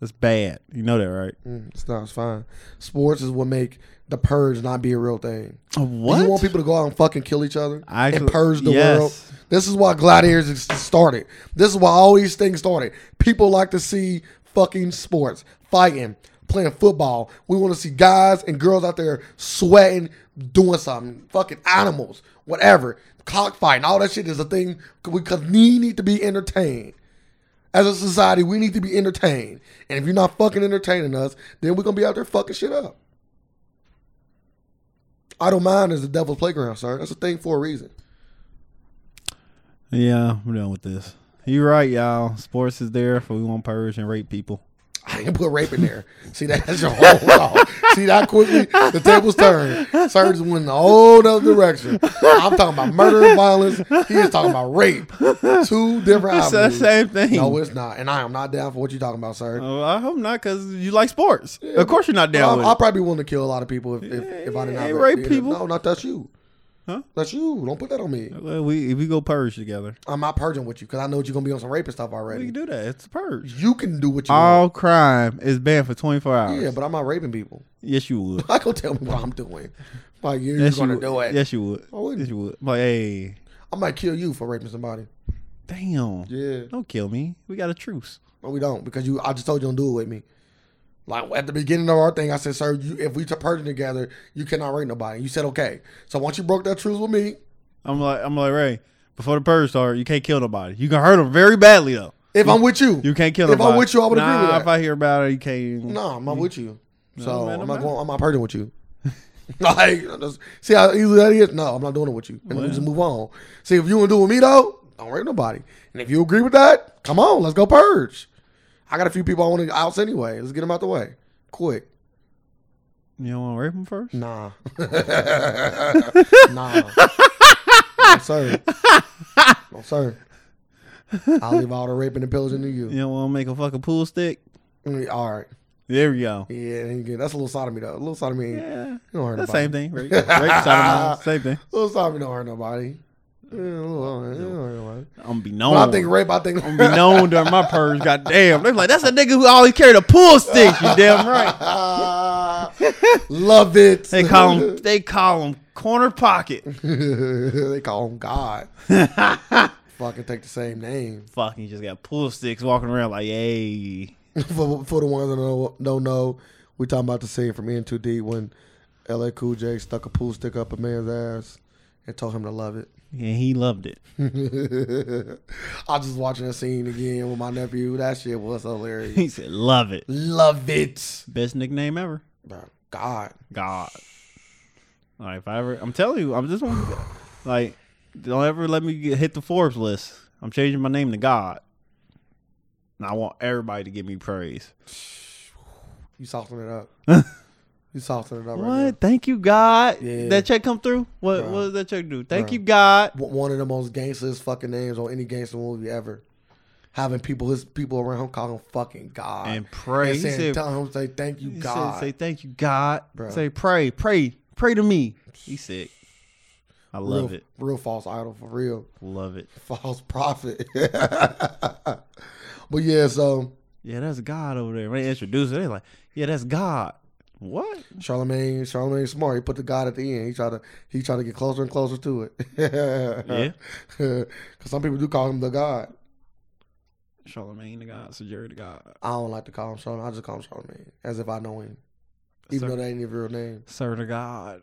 A: That's bad. You know that, right?
B: Mm, it's not. It's fine. Sports is what make the purge not be a real thing.
A: What?
B: You want people to go out and fucking kill each other
A: I
B: and
A: actually-
B: purge the
A: yes.
B: world. This is why gladiators is- started. This is why all these things started. People like to see fucking sports, fighting, playing football. We want to see guys and girls out there sweating, doing something, fucking animals, whatever, cockfighting. All that shit is a thing because we need to be entertained. As a society, we need to be entertained. And if you're not fucking entertaining us, then we're gonna be out there fucking shit up. I don't mind is the devil's playground, sir. That's a thing for a reason.
A: yeah, I'm done with this. You're right, y'all. Sports is there for we want purge and rape people.
B: I didn't put rape in there. See that? That's your whole <laughs> fault. See that quickly? The tables turned. Sir just went in a whole other direction. I'm talking about murder and violence. He is talking about rape. Two different
A: It's the
B: avenues.
A: same thing.
B: No, it's not. And I am not down for what you're talking about, sir.
A: Oh, I hope not, cause you like sports. Of course, you're not down
B: I'll,
A: with
B: I'll
A: it.
B: probably be willing to kill a lot of people if, if, if I did not
A: Hey,
B: rape,
A: rape
B: either.
A: people.
B: No, not that's you.
A: Huh?
B: That's you. Don't put that on me.
A: Well, we we go purge together.
B: I'm not purging with you because I know you're gonna be on some rapist stuff
A: We
B: already.
A: can do that. It's a purge.
B: You can do what you
A: All crime is banned for 24 hours.
B: want. Yeah, but I'm not raping people. <laughs>
A: Yes, you <laughs> would.
B: I go tell me what I'm doing. Like you're
A: Yes, you
B: gonna
A: would.
B: do it.
A: Yes, you would.
B: I wouldn't.
A: Yes, you would. Like, hey,
B: I might kill you for raping somebody.
A: damn.
B: Yeah.
A: Don't kill me. We got a truce.
B: No, we don't because you. I just told you don't do it with me. Like at the beginning of our thing, I said, "Sir, you, if we to purging together, you cannot rape nobody." You said, "Okay." So once you broke that truce with me,
A: I'm like, I'm like, Ray. Before the purge starts, you can't kill nobody. You can hurt them very badly though.
B: if I'm with you,
A: You can't kill
B: If
A: nobody.
B: I'm with you, I would
A: nah,
B: agree with that.
A: If I hear about it, you can't.
B: No, I'm not with you. So
A: No, man,
B: I'm
A: I'm
B: not
A: not.
B: going. I'm not partying with you. <laughs> like, that's- see how easy that is. No, I'm not doing it with you, and we
A: Well.
B: just move on. See if you want to do it with me though, don't rape nobody. And if you agree with that, come on, let's go purge. I got a few people I want to oust anyway. Let's get them out the way quick.
A: You don't want to rape them first.
B: Nah, <laughs> nah. No, sir. No, sir. I'll leave all the raping and pillaging to you.
A: You don't want to make a fucking pool stick.
B: Mm, All right.
A: There we go.
B: Yeah, you good. that's a little sodomy though. A little sodomy. ain't-
A: Yeah,
B: Don't hurt
A: that's
B: nobody.
A: same thing. Rape, rape
B: <laughs>
A: sodomize, same thing.
B: Little Tommy don't hurt nobody. Yeah, little- yeah, don't hurt nobody.
A: I'm be
B: When
A: known.
B: I think rape, I think <laughs>
A: be known during my purge. Goddamn, they're like, that's a nigga who always carried a pool stick. You damn right.
B: Ah, love it.
A: They call him. They call him corner pocket.
B: <laughs> they call him <laughs> God. Fucking take the same name <laughs>
A: Fucking just got pool sticks walking around like, hey.
B: for, for the ones that don't know, don't know. We talking about the scene from N2D when LA Cool J stuck a pool stick up a man's ass and told him to love it.
A: And he loved it.
B: I just watching that scene again with my nephew. That shit was hilarious. <laughs>
A: He said, love it.
B: love it,
A: Best nickname ever.
B: Bruh, God.
A: God. Like if I ever, I'm telling you, I'm just one- like, don't ever let me get, hit the Forbes list. I'm changing my name to God, and I want everybody to give me praise.
B: You soften it up.
A: <laughs>
B: you soften it up.
A: what?
B: Right
A: Thank you, God.
B: Yeah.
A: That check come through. What?
B: Bruh.
A: What does that check do? Thank
B: Bruh.
A: you, God.
B: now. One of the most gangsterest fucking names on any gangster movie ever. Having people, his people around him call him fucking God.
A: And pray.
B: And
A: He
B: saying,
A: said,
B: telling him, say, thank you,
A: he said,
B: God.
A: say thank you, God.
B: Bruh.
A: Say pray, pray, pray to me. He said, I love
B: real,
A: it,
B: Real false idol, for real. <laughs>
A: love it.
B: False prophet. <laughs> but yeah, so
A: Yeah, that's God over there. When they introduce it, they're like, yeah, that's God. What?
B: Charlemagne, Charlemagne smart. He put the God at the end. He tried to, he tried to get closer and closer to it. <laughs> yeah. <laughs> Because some people do call him the God.
A: Charlemagne the God, Sir Jerry the God,
B: I don't like to call him Charlemagne. I just call him Charlemagne, as if I know him, even
A: Sir,
B: though that ain't his real name.
A: Sir the God,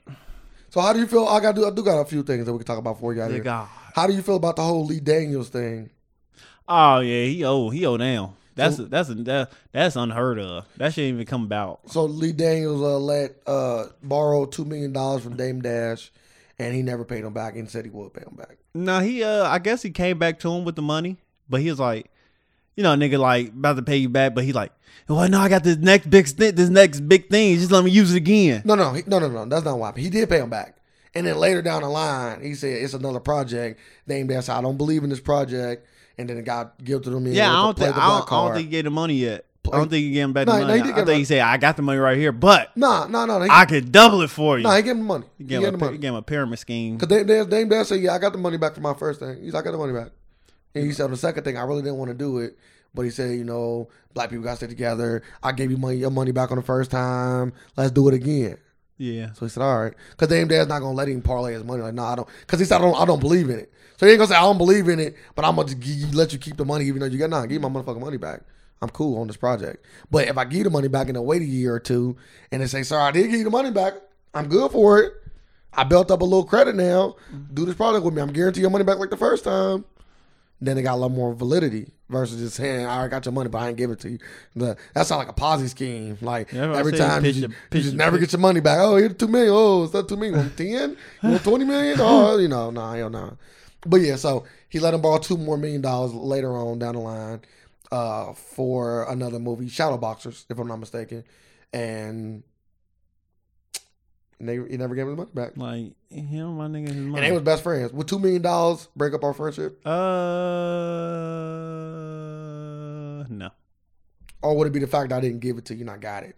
B: So how do you feel? I got do I do got a few things that we can talk about for you out
A: the
B: here.
A: God.
B: How do you feel about the whole Lee Daniels thing?
A: Oh yeah, he old, he old now. That's
B: So-
A: that's that, that's unheard of. That shouldn't even come about.
B: So Lee Daniels uh, let uh, borrow two million dollars from Dame Dash, and he never paid him back, and said he would pay him back.
A: No, he uh, I guess he came back to him with the money, but he was like, you know, nigga, like about to pay you back, but he like, well, no, I got this next big thing, this next big thing. Just let me use it again.
B: No, no, he, no, no, no. That's not what happened. He did pay him back, and then later down the line, he said it's another project. Dame Dash, said, I don't believe in this project, and then it got guilted him. in
A: Yeah,
B: with
A: I
B: the
A: don't
B: play
A: think
B: the
A: I don't,
B: black
A: I don't
B: card.
A: think he gave the money yet. I
B: Play-
A: don't think he gave him back
B: No,
A: the
B: no, he
A: money.
B: did
A: I
B: give
A: think he
B: him-
A: said, I got the money right here, but
B: Nah, nah, nah. He,
A: I could double it for you.
B: nah, he gave him money. He
A: he
B: gave
A: gave, him
B: him
A: a,
B: money.
A: he gave him a pyramid scheme.
B: Because Dame Dash, Dame Dash said, "Yeah, I got the money back for my first thing." He's, "I got the money back," and he said, "The second thing, I really didn't want to do it. But he said, you know, black people got to stay together. I gave you money, your money back on the first time. Let's do it again.
A: Yeah.
B: So he said, all right, because the dad's not gonna let him parlay his money. Like, no, I don't, because he said, I don't, I don't believe in it. So he ain't gonna say, I don't believe in it, but I'm gonna just gi- let you keep the money, even though you got nah, give me my motherfucking money back. I'm cool on this project. But if I give you the money back and I wait a year or two, and they say, sorry, I did give you the money back, I'm good for it. I built up a little credit now. Do this project with me. I'm guaranteeing your money back like the first time. Then they got a lot more validity versus just saying, "I already got your money, but I ain't give it to you." The, that sounds like a Ponzi scheme. Like
A: Yeah, I
B: every
A: said,
B: time
A: pitch
B: you,
A: the-
B: you
A: pitch
B: just
A: the-
B: never get your money back. Oh, here's two million. Oh, it's not two million. You want ten? You want twenty
A: <laughs>
B: million? Oh, you know, nah, hell nah. But yeah, so he let him borrow two more million dollars later on down the line uh, for another movie, Shadow Boxers, if I'm not mistaken, and they, he never gave him his money back.
A: Like him, my nigga, his
B: And they
A: money.
B: was best friends. With two million dollars, break up our friendship,
A: uh, no,
B: or would it be the fact that I didn't give it to you and I got it?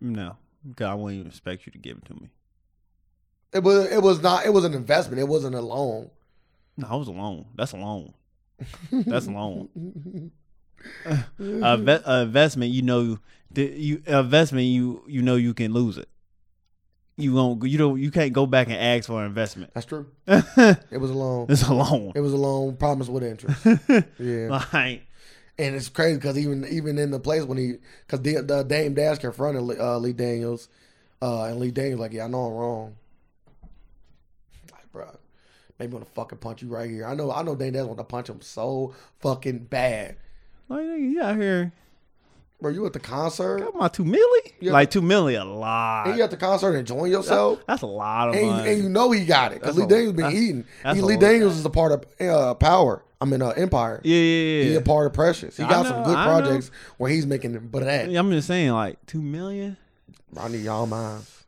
A: no, because I wouldn't even expect you to give it to me.
B: It was it was not it was an investment. It wasn't a loan.
A: No, I was alone. That's alone. That's
B: <laughs>
A: alone. A, ve- a investment, you know, the, you a investment, you you know, you can lose it. You won't. You don't. You can't go back and ask for an investment. <laughs>
B: That's true.
A: it's
B: It was a loan.
A: a loan.
B: It was a loan promised with interest. Yeah.
A: like
B: And it's crazy because even even in the place when he because the, the Dame Dash confronted uh, Lee Daniels, uh, and Lee Daniels like, yeah, I know I'm wrong. Like, bro, maybe want to fucking punch you right here. I know I know Dame Dash want to punch him so fucking bad,
A: Like nigga, you out here
B: bro. You at the concert?
A: got my two milli?
B: Yeah.
A: Like two milli a
B: And
A: lot.
B: you at the concert enjoying yourself?
A: That's a lot of
B: And you,
A: money.
B: and you know he got it because
A: That's a-
B: Lee Daniels been
A: that's-
B: eating.
A: that's
B: He,
A: a
B: Lee
A: lot.
B: Daniels is a part of uh, Power. I mean, uh, Empire.
A: yeah, yeah,
B: He's
A: yeah.
B: a part of Precious. He
A: I
B: got
A: know,
B: some good
A: I know.
B: projects where he's making bread.
A: I'm just saying, like two million.
B: I need y'all minds.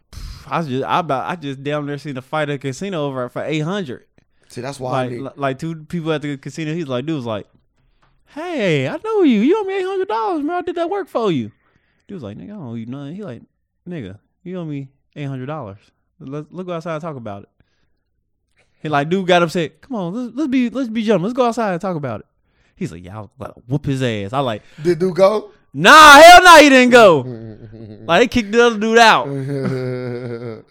A: I was just, I about, I just damn near seen a fight at a casino over for eight hundred.
B: See, that's why I
A: Like,
B: need.
A: li- like two people at the casino. He's like, dude was like, hey, I know you. You owe me eight hundred dollars, man. I did that work for you. Dude was like, nigga, I don't owe you nothing. He like, nigga, you owe me eight hundred dollars. Let's let's go outside and talk about it. He like, dude got upset. Come on, let's, let's be let's be gentlemen. Let's go outside and talk about it. He's like, y'all whoop his ass. I like,
B: Did
A: <laughs>
B: dude go?
A: nah, hell no, he didn't go. Like they kicked the other dude out.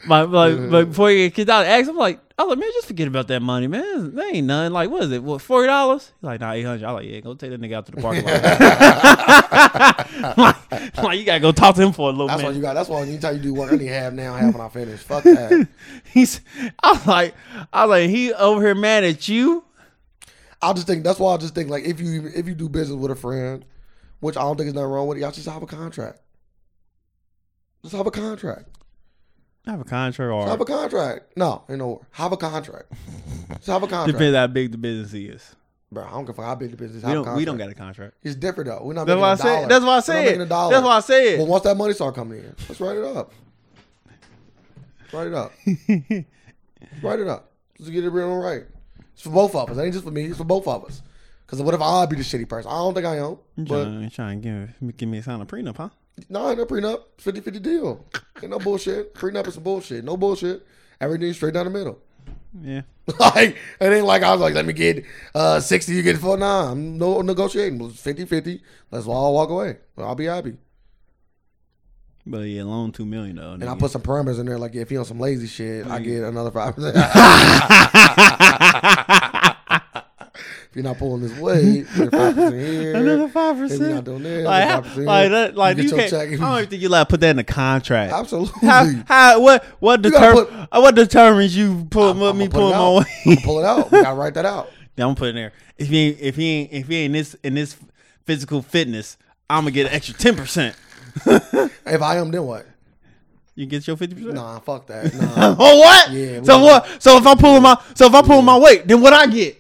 A: My like,
B: <laughs>
A: but before he get kicked out, I asked him like, I was like, man, just forget about that money, man. That ain't none. Like, what is it? What forty dollars? He's like, nah, eight hundred. I like, yeah, go take that nigga out to the parking lot. <laughs>
B: <laughs>
A: like, like, you gotta go talk to him for a little
B: that's why
A: minute.
B: you got. That's why anytime you do work, I need half now, half when I finish. Fuck that.
A: He's, I was like, I was like, he over here mad at you.
B: I just think that's why I just think like if you even if you do business with a friend, which I don't think is nothing wrong with it, y'all just have a contract. Just have a contract.
A: I have a contract
B: Just have
A: or
B: a contract. No, you know, have
A: <laughs>
B: a contract. Just have a contract.
A: depends how big the business is.
B: Bro, I don't give a fuck how big the business.
A: We
B: have a
A: don't, we don't
B: contract.
A: got a contract.
B: It's different though. We're not.
A: That's
B: making
A: why
B: a
A: I said.
B: dollar.
A: That's why I
B: We're not
A: said.
B: making a dollar.
A: That's why I said.
B: Well, once that money start coming in, let's write it up. Let's write
A: <laughs>
B: it up. <laughs> Let's write it up. Let's get it real and right. It's for both of us. It ain't just for me. It's for both of us. Because what if I be the shitty person? I don't think I am. But
A: Trying, trying to give, give me a sign of prenup, huh?
B: no, nah, ain't no prenup. 50 50 deal. Ain't no bullshit. Prenup is some bullshit. No bullshit. Everything straight down the middle.
A: Yeah.
B: <laughs> like, it ain't like I was like, let me get uh, 60, you get 4 Nah, I'm no negotiating. 50 50. Let's all walk away. I'll be happy.
A: But yeah, loan two million though.
B: And I
A: nigga.
B: put some parameters in there, like if you on some lazy shit,
A: Mm.
B: I get another
A: <laughs>
B: five percent. <laughs> if you're not pulling this weight, five percent here.
A: Another five
B: If you're not
A: percent.
B: doing that,
A: Like, how-
B: another 5%.
A: like that, like you,
B: get your
A: can't.
B: check.
A: I don't even think you allowed to put that in the contract.
B: <laughs> Absolutely. <laughs>
A: How, how, what, what, deter,
B: gotta
A: uh, what determines you pull,
B: I'ma
A: me
B: put it
A: pulling my
B: out.
A: way?
B: I'ma pull it out. We gotta write that out.
A: Yeah, <laughs> I'm putting there. If he ain't, if he ain't, if he ain't this in this physical fitness, I'm gonna get an extra ten percent.
B: If I am, then
A: <laughs>
B: what?
A: You get your fifty percent.
B: Nah, fuck that. Nah,
A: <laughs> Oh what?
B: Yeah, we-
A: so what? So if I'm pulling my, so if I'm pulling my weight, then what I get?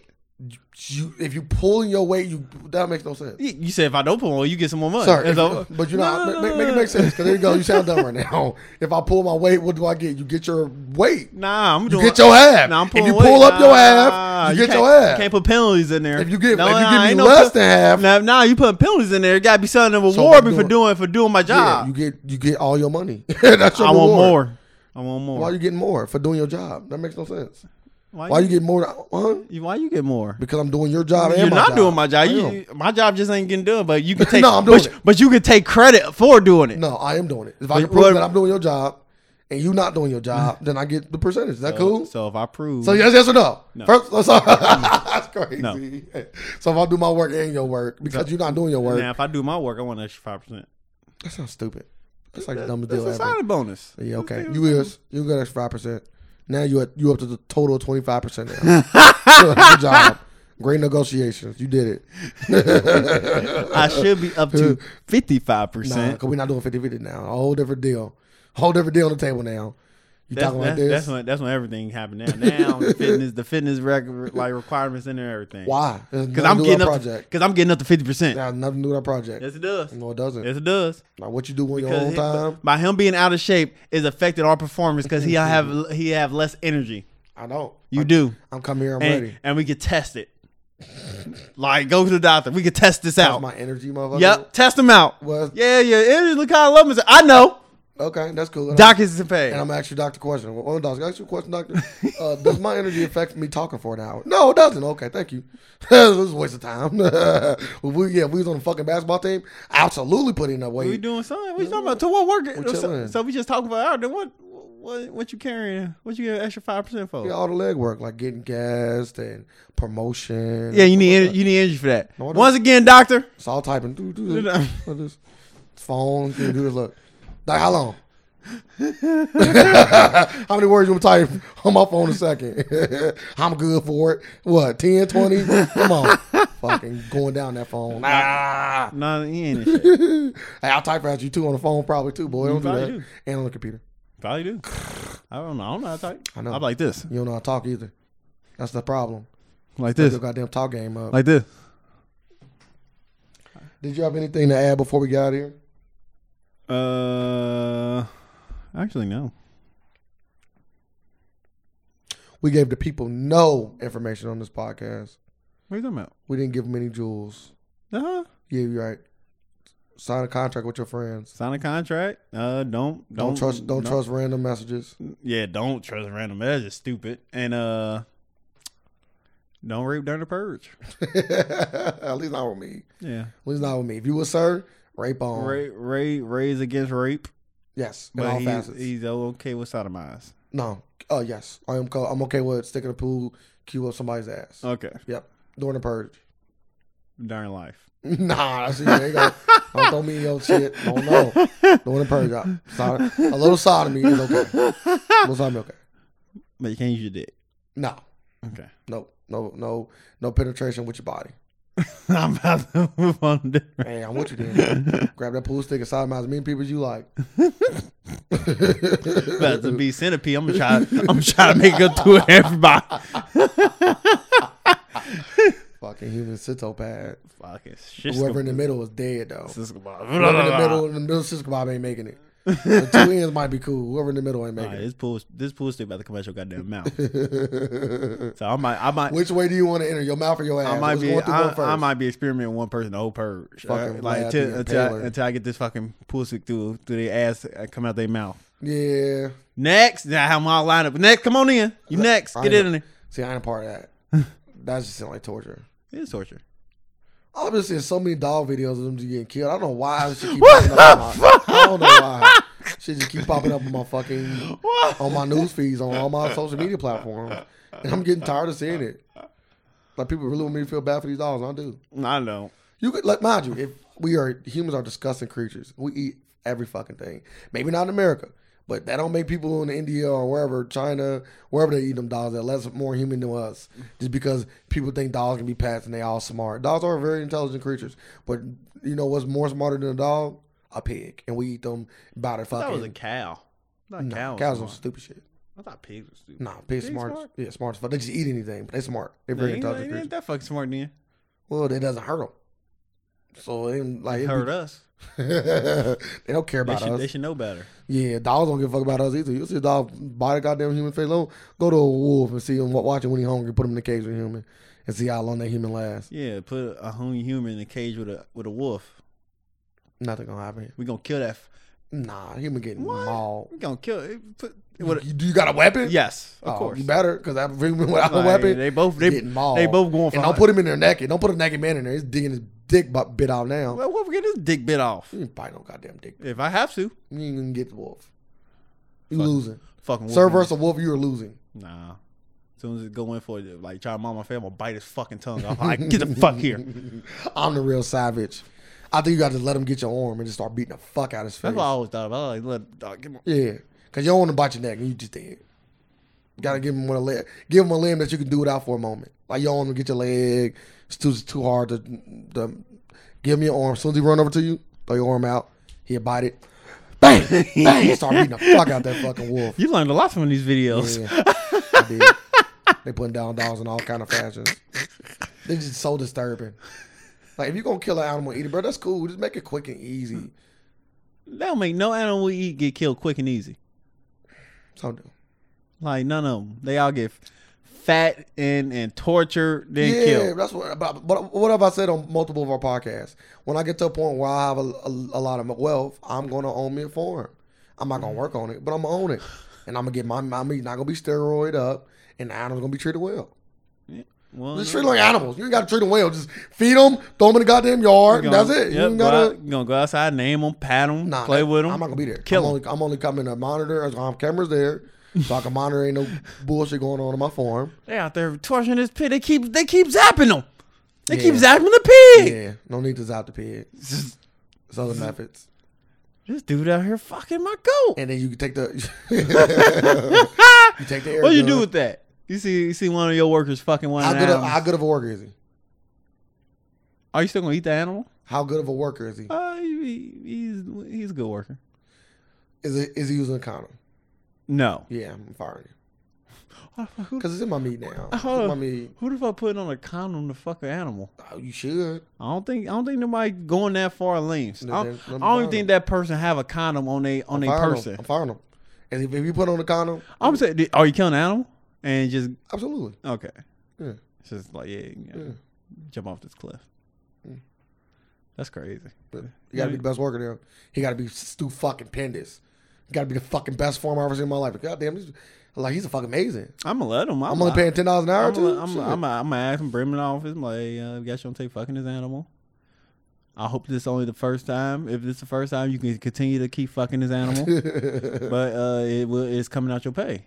B: you, if you pulling your weight, you that makes no sense.
A: You you said if I don't pull, my weight, you get some more money.
B: Sorry,
A: And
B: if-
A: so-
B: but you
A: No,
B: know,
A: no, no,
B: ma- ma-
A: no,
B: make
A: no. <laughs>
B: it make sense. Cause there you go. You sound dumb right now. If I pull my weight, what do I get? You get your weight.
A: Nah, I'm
B: You
A: doing.
B: get your half.
A: Nah, I'm
B: if you
A: pulling
B: pull
A: weight.
B: up your
A: Nah,
B: half, you, get
A: can't-
B: your half.
A: Can't put penalties in there.
B: If you give,
A: No,
B: if you
A: nah,
B: give me
A: ain't no
B: less
A: pen-
B: than half,
A: Nah, nah, you put penalties in there. It gotta be something to
B: So
A: reward
B: we
A: me for
B: doing-
A: doing for doing my
B: yeah,
A: job.
B: you get you get all your money. <laughs> That's your
A: I want
B: reward.
A: more. I want more.
B: Why are you getting more for doing your job? That makes no sense.
A: Why,
B: Why you
A: you,
B: get more? than- Huh?
A: you- why you get more?
B: Because I'm doing your job. and
A: You're
B: my
A: not
B: job.
A: doing my job.
B: I am.
A: You, my job just ain't getting done. But you can take.
B: <laughs> No, I'm doing
A: but,
B: it.
A: but you can take credit for doing it.
B: No, I am doing it. If I
A: But
B: can prove
A: what-
B: that I'm doing your job and you not doing
A: <laughs>
B: your job, then I get the percentage. Is that cool? So,
A: So if I prove,
B: yes, yes or no? First, I'm sorry. <laughs> That's crazy.
A: No.
B: So if I do my work and your work because you're not doing your work,
A: now if I do my work, I want an extra five percent.
B: that sounds stupid. That's like the dumbest
A: That's
B: deal
A: a
B: ever.
A: solid bonus.
B: Yeah, okay. You is you got extra five percent. Now you at- you up to the total of twenty five percent
A: <laughs>
B: now. Good good job. Great negotiations. You did it.
A: I should be
B: <laughs>
A: up to fifty five
B: nah,
A: percent.
B: cause we're not doing 50 50 now. A whole different deal. Whole different deal on the table now. You
A: That's,
B: talking
A: that's,
B: like this?
A: that's when that's when everything happened. Now, now the fitness, the fitness rec, like requirements in there, everything.
B: Why?
A: Because I'm getting up.
B: project.
A: Because I'm getting up to fifty percent.
B: That has nothing to do with our project.
A: Yes, it does.
B: no, it doesn't.
A: Yes, it does.
B: Like what you do on your
A: 'Cause
B: own
A: he-
B: time.
A: by him being out of shape is affected our performance because
B: <laughs>
A: he have he have less energy.
B: I know.
A: You
B: I'm,
A: do,
B: I'm coming here. I'm ready.
A: and, and we could test it. Like go to the doctor. We could test this
B: That's
A: out.
B: my energy, motherfucker.
A: Yep, test them out.
B: Well,
A: Yeah, yeah. Energy look how I love myself. I know.
B: okay, that's cool.
A: Doc is in pain.
B: And I'm gonna ask you, doctor, a question. Well, hold on, doctor, ask you a question,
A: <laughs>
B: doctor. Uh, does my energy affect me talking for an hour? No, it doesn't. Okay, thank you. <laughs> this is a waste of time. <laughs> we, yeah, if we was on the fucking basketball team. Absolutely putting up
A: we
B: weight.
A: doing something. What you talking about? To what work? So,
B: chilling.
A: so we just talking about all right, then what? What? What you carrying? What you getting extra five percent for?
B: Yeah, all the leg work, like getting gassed and promotion.
A: Yeah, you need ener- you need energy for that.
B: No, I don't.
A: Once again, doctor.
B: It's all typing. Do, do this. Do this. Phone. Do do this. Look. Like, how long? how many words you want to type on my phone a second? <laughs> I'm good for it. What, 10, 20? Come on. Fucking going down that phone. Ah.
A: No, he ain't. In shape.
B: hey, I'll type at you too on the phone probably too, boy. Don't do
A: probably
B: that.
A: do.
B: And on the computer.
A: Probably do. I don't know. I don't know how to type.
B: I know.
A: I'm like this.
B: You don't know how to talk either. That's the problem.
A: Like
B: Put
A: this.
B: Your goddamn talk game up.
A: Like this.
B: Did you have anything to add before we got out of here?
A: Uh, actually, no.
B: We gave the people no information on this podcast.
A: What are you talking about?
B: We didn't give them any jewels.
A: Uh-huh.
B: Yeah, you're right. Sign a contract with your friends.
A: Sign a contract. Uh, don't don't,
B: Don't, trust. Don't
A: no-
B: trust random messages. <laughs>
A: Yeah, don't trust random. That's just stupid. And uh, don't rape during the purge.
B: At least not with me.
A: Yeah,
B: At least not with me. If you were sir, rape on.
A: Ray Ray Ray's against rape,
B: Yes, in
A: but
B: all
A: he's,
B: facets.
A: he's okay with sodomized.
B: no. Oh yes, I am. Co- I'm okay with sticking a pool cue up somebody's ass.
A: Okay,
B: yep. During the purge. <laughs>
A: during life.
B: Nah, that's there you go. Don't throw me in your shit. Don't
A: Oh.
B: <laughs> know. Doing the purge out. Sod- a little sodomy is okay. A little sodomy okay.
A: But you can't use your dick.
B: No, <laughs>
A: Okay,
B: no, no, no, no penetration with your body.
A: I'm about to move on. To different.
B: Hey, I'm with you
A: <laughs>
B: then. Grab that pool stick and sodomize as many people as you like.
A: about to be centipede. I'm gonna
B: <laughs>
A: try. I'm gonna try to make it through it, everybody.
B: Fucking human psitopad.
A: Fucking shit.
B: Whoever in the middle is dead though. Whoever in the
A: middle.
B: middle, in the middle, Cisco Bob
A: <laughs>
B: ain't making it. The two ends might be cool. Whoever in the middle ain't
A: All right,
B: making
A: this pool, this pool stick about to come out your goddamn
B: <laughs>
A: mouth.
B: it.
A: So I might, I might,
B: Which way do you want to enter? Your mouth or your ass?
A: I might
B: What's
A: be,
B: going through
A: I,
B: one first?
A: I might be experimenting with one person the whole purge,
B: Fucking
A: Uh, like
B: laugh
A: till-
B: and
A: until I,
B: impaler.
A: until I get this fucking pool stick through through their ass and come out their mouth.
B: Yeah.
A: Next, now I have them all lined up. Next, come on in. You next,
B: I
A: get
B: know.
A: in there.
B: See, I ain't a part of that.
A: <laughs>
B: That's just sound like torture.
A: It's torture.
B: I've been seeing so many dog videos of them just getting killed. I don't know why she keep popping up. On my, I don't know why. She just keep popping up on my fucking on my news feeds on all my social media platforms, and I'm getting tired of seeing it. Like people really want me to feel bad for these dogs. and I do.
A: I know.
B: You could like mind you, if we are humans are disgusting creatures, we eat every fucking thing. Maybe not in America, but that don't make people in India or wherever, China, wherever they eat them dogs, they're less more human than us. Just because people think dogs can be pets and they all smart. Dogs are very intelligent creatures, but you know what's more smarter than a dog? A pig, and we eat them by the fucking.
A: That was a cow. Not
B: Nah,
A: cow.
B: cows Mm, are
A: smart.
B: stupid shit.
A: I thought pigs were stupid.
B: Nah, pigs,
A: Pigs
B: smart.
A: smart?
B: Yeah, smart as fuck. They just eat anything, but they smart. They're
A: They
B: very
A: ain't,
B: intelligent
A: they ain't
B: creatures.
A: that fucking smart then.
B: Well, they doesn't hurt them. So it ain't like
A: They
B: it'd be- <laughs>
A: hurt us.
B: they don't care
A: They
B: about
A: should,
B: us.
A: they should know better.
B: Yeah, dogs don't give a fuck about us either. You'll see a dog bite a goddamn human face alone. Go to a wolf and see him wa- watch him when he's hungry. Put him in the cage with a human and see how long that human lasts.
A: Yeah, put a hung human in a cage with a with a wolf.
B: Nothing gonna happen.
A: We gonna kill that. f-
B: Nah, he been getting
A: What?
B: mauled.
A: We gonna kill it. Put, it
B: Oh. You,
A: would-
B: do you got a weapon?
A: yes, of
B: Oh,
A: course.
B: You better, because I've been without a
A: Like,
B: weapon.
A: They both they,
B: getting mauled.
A: they both going for.
B: And don't
A: hunt.
B: put him in there naked. Don't put a naked man in there. He's digging his dick butt bit out now.
A: Well, what if we get his dick bit off?
B: you ain't bite no goddamn dick.
A: If I have to,
B: You ain't gonna get the wolf. You
A: Fuck.
B: losing.
A: fucking whoop
B: Sir
A: him.
B: versus wolf, you are losing.
A: Nah. As soon as it go in for it, like try to mom my family, I'll bite his fucking tongue off. Like, get the fuck here.
B: I'm the real savage. I think you got to let him get your arm and just start beating the fuck out of his face.
A: That's what I always thought about. Like, look, dog, give me-
B: Yeah, because you don't want to bite your neck and you just dead. You gotta give him one leg. Give him a limb that you can do without for a moment. Like you don't want to get your leg. It's too it's too hard to, to give him your arm. As soon as he run over to you, throw your arm out. He'll bite it. Bang!
A: <laughs>
B: Bang! Start <laughs> beating the fuck out that fucking wolf.
A: You learned a lot from these <laughs> videos.
B: Yeah, I did. They putting down dogs in all kind of fashions. They just so disturbing. Like if you gonna kill an animal, eat it, bro. That's cool. Just make it quick and easy.
A: That don't make no animal we eat get killed quick and easy.
B: So
A: Like none of them. They all get fat and and tortured then
B: yeah,
A: killed.
B: that's what. But, but what have I said on multiple of our podcasts? When I get to a point where I have a, a, a lot of wealth, I'm gonna own me a farm. I'm not gonna work on it, but I'm gonna own it, and I'm gonna get my my meat not gonna be steroid up, and the animals gonna be treated well.
A: Well,
B: Just treat them like animals. You ain't gotta treat them well. Just feed them, throw them in the goddamn yard.
A: you
B: and that's
A: gonna-
B: it. You
A: Yep,
B: ain't
A: go
B: gotta.
A: out- you gonna go outside, name them, pat them,
B: Nah,
A: play
B: that-
A: with them.
B: I'm not gonna be there.
A: Kill
B: I'm
A: 'em.
B: only, I'm only coming to monitor. I have cameras there, so I can monitor.
A: <laughs>
B: Ain't no bullshit going on in my farm.
A: They out there torturing this pig. They keep they keep zapping them. They keep
B: Yeah.
A: zapping the pig.
B: Yeah, no need to zap the pig. It's other methods.
A: This dude out here fucking my goat.
B: and then you can take the <laughs> you take the air.
A: What you
B: gun.
A: do with that? You see, you see one of your workers fucking one.
B: how
A: of the
B: good? Of,
A: animals.
B: how good of a worker is he?
A: Are you still gonna eat the animal?
B: How good of a worker is he?
A: Uh, he, he's he's a good worker.
B: Is it is he using a condom?
A: No.
B: Yeah, I'm firing you
A: Who,
B: because it's in my meat now. It's in
A: Hold
B: my
A: on.
B: meat.
A: who the fuck put on a condom to fuck an animal?
B: Oh, you should.
A: I don't think I don't think nobody going that far lengths.
B: No,
A: I
B: there's
A: don't, I
B: nothing
A: don't
B: wrong.
A: even think that person have a condom on they on their
B: Firing
A: person.
B: Him. I'm firing him. And if, if you put on a condom,
A: I'm saying, did- are you killing an animal and just
B: absolutely.
A: okay?
B: Yeah.
A: It's just like yeah, yeah, jump off this cliff. That's crazy.
B: But you gotta be the best worker there. He gotta be Stu fucking Pendis. You gotta be the fucking best farmer I've ever seen in my life. God damn, he's, like he's a fucking amazing.
A: I'm gonna let him. I'm,
B: I'm only
A: I-
B: paying ten dollars an hour
A: I'm
B: to
A: gonna I'm, I'm, I'm, I'm ask him, bring him in the office. I'm like, hey, uh, guess you don't take fucking this animal. I hope this is only the first time. If this is the first time, you can continue to keep fucking this
B: <laughs>
A: animal, but uh, it will, it's coming out your pay.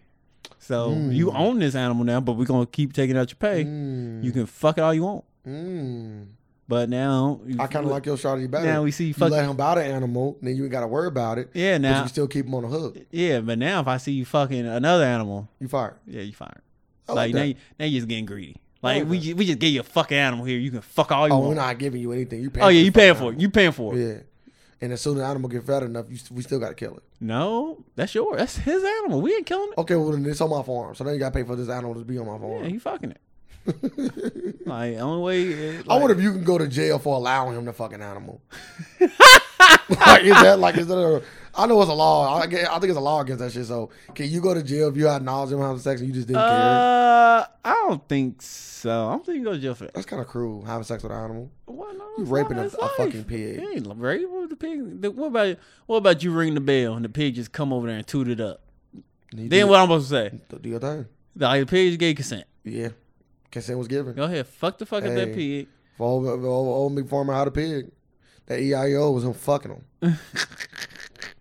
A: So
B: Hmm.
A: you own this animal now, but we're gonna keep taking out your pay.
B: Hmm.
A: You can fuck it all you want,
B: <laughs> mm.
A: but now you-
B: I kind of like your strategy better.
A: Now we see
B: you
A: fuck-
B: let him buy the animal, then you ain't got to worry about it.
A: Yeah,
B: but you
A: now
B: can still keep him on the hook.
A: yeah, but now if I see you fucking another animal,
B: You fired.
A: yeah, you fired.
B: I
A: like
B: like
A: now,
B: that.
A: you, now you're just getting greedy. Like
B: like
A: we ju- we just gave you a fucking animal here. You can fuck all you
B: Oh, we're
A: want.
B: not giving you anything. You paying
A: Oh yeah,
B: the
A: you paying
B: fucking
A: for it. You paying for it.
B: animal. Yeah, and as soon as the animal get fat enough, you, st- we still got to kill it.
A: No, that's yours. That's his animal. We ain't killing it.
B: Okay, well then it's on my farm, so now you got to pay for this animal to be on my farm.
A: Yeah, he fucking it.
B: <laughs>
A: like only way. It,
B: I
A: like,
B: wonder if you can go to jail for allowing him to fuck an animal. <laughs> like, is that like is that a? I know it's a law. I, get- I think it's a law against that shit. So can you go to jail if you had knowledge of him having sex and you just didn't care?
A: Uh, I don't think so. I don't think he goes to jail for that.
B: That's kind of cruel having sex with an animal.
A: Why not?
B: You
A: It's
B: raping
A: not
B: a-
A: his
B: a
A: life.
B: fucking pig.
A: He ain't raping the pig. The- What about what about you ring the bell and the pig just come over there and toot it up?
B: You
A: Then what I'm supposed to say?
B: do, do your thing.
A: Like the pig gave consent.
B: Yeah. Consent was given.
A: Go ahead, fuck the fuck up
B: Hey.
A: that pig.
B: For old, for old, old big farmer how to pig. That EIO was him fucking
A: <laughs>
B: him.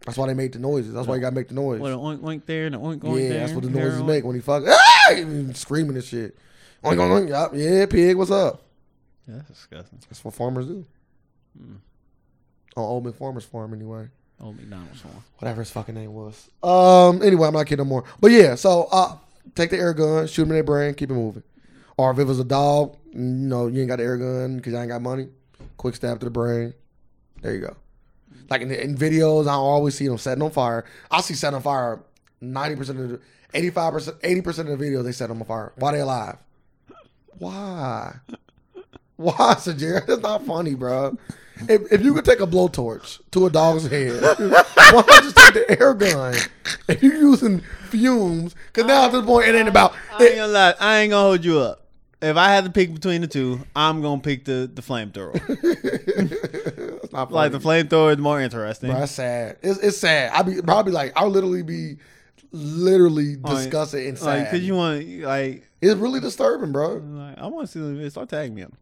B: That's why they made the noises. That's why you gotta make the noise.
A: What an oink oink there and an oink
B: yeah,
A: oink there.
B: that's what the
A: and
B: noises
A: there,
B: make when he fuck. <laughs> Ah! And Screaming and shit. Oink, oink, oink. Yup. Yeah, pig, what's up?
A: Yeah, that's disgusting.
B: That's what farmers do. On old big farmer's farm anyway.
A: Old McDonald's one.
B: Whatever his fucking name was. Um. Anyway, I'm not kidding no more. But yeah, so uh, take the air gun, shoot him in their brain, keep it moving. Or if it was a dog, you know, you ain't got the air gun because you ain't got money. Quick stab to the brain. There you go. Like in, the, in videos, I always see them setting on fire. I see setting on fire ninety percent of the, eighty-five percent, eighty percent of the videos they set them on fire. Why they alive? Why? Why, <laughs> Sir Jared? That's not funny, bro. If, if you could take a blowtorch to a dog's head, <laughs> why not just take the air gun? If you're using fumes, because now at this point it ain't about
A: I ain't gonna lie. I ain't gonna hold you up.
B: <laughs>
A: If I had to pick between the two, I'm gonna pick the the flamethrower.
B: it's not funny.
A: Like the flamethrower is more interesting.
B: Bro, that's sad. It's, it's sad. I be probably like I'll literally be literally
A: Like-
B: discussing and sad.
A: Like, cause you want like,
B: it's really disturbing, bro.
A: like I want to see them videos. Start tagging me. on 'em.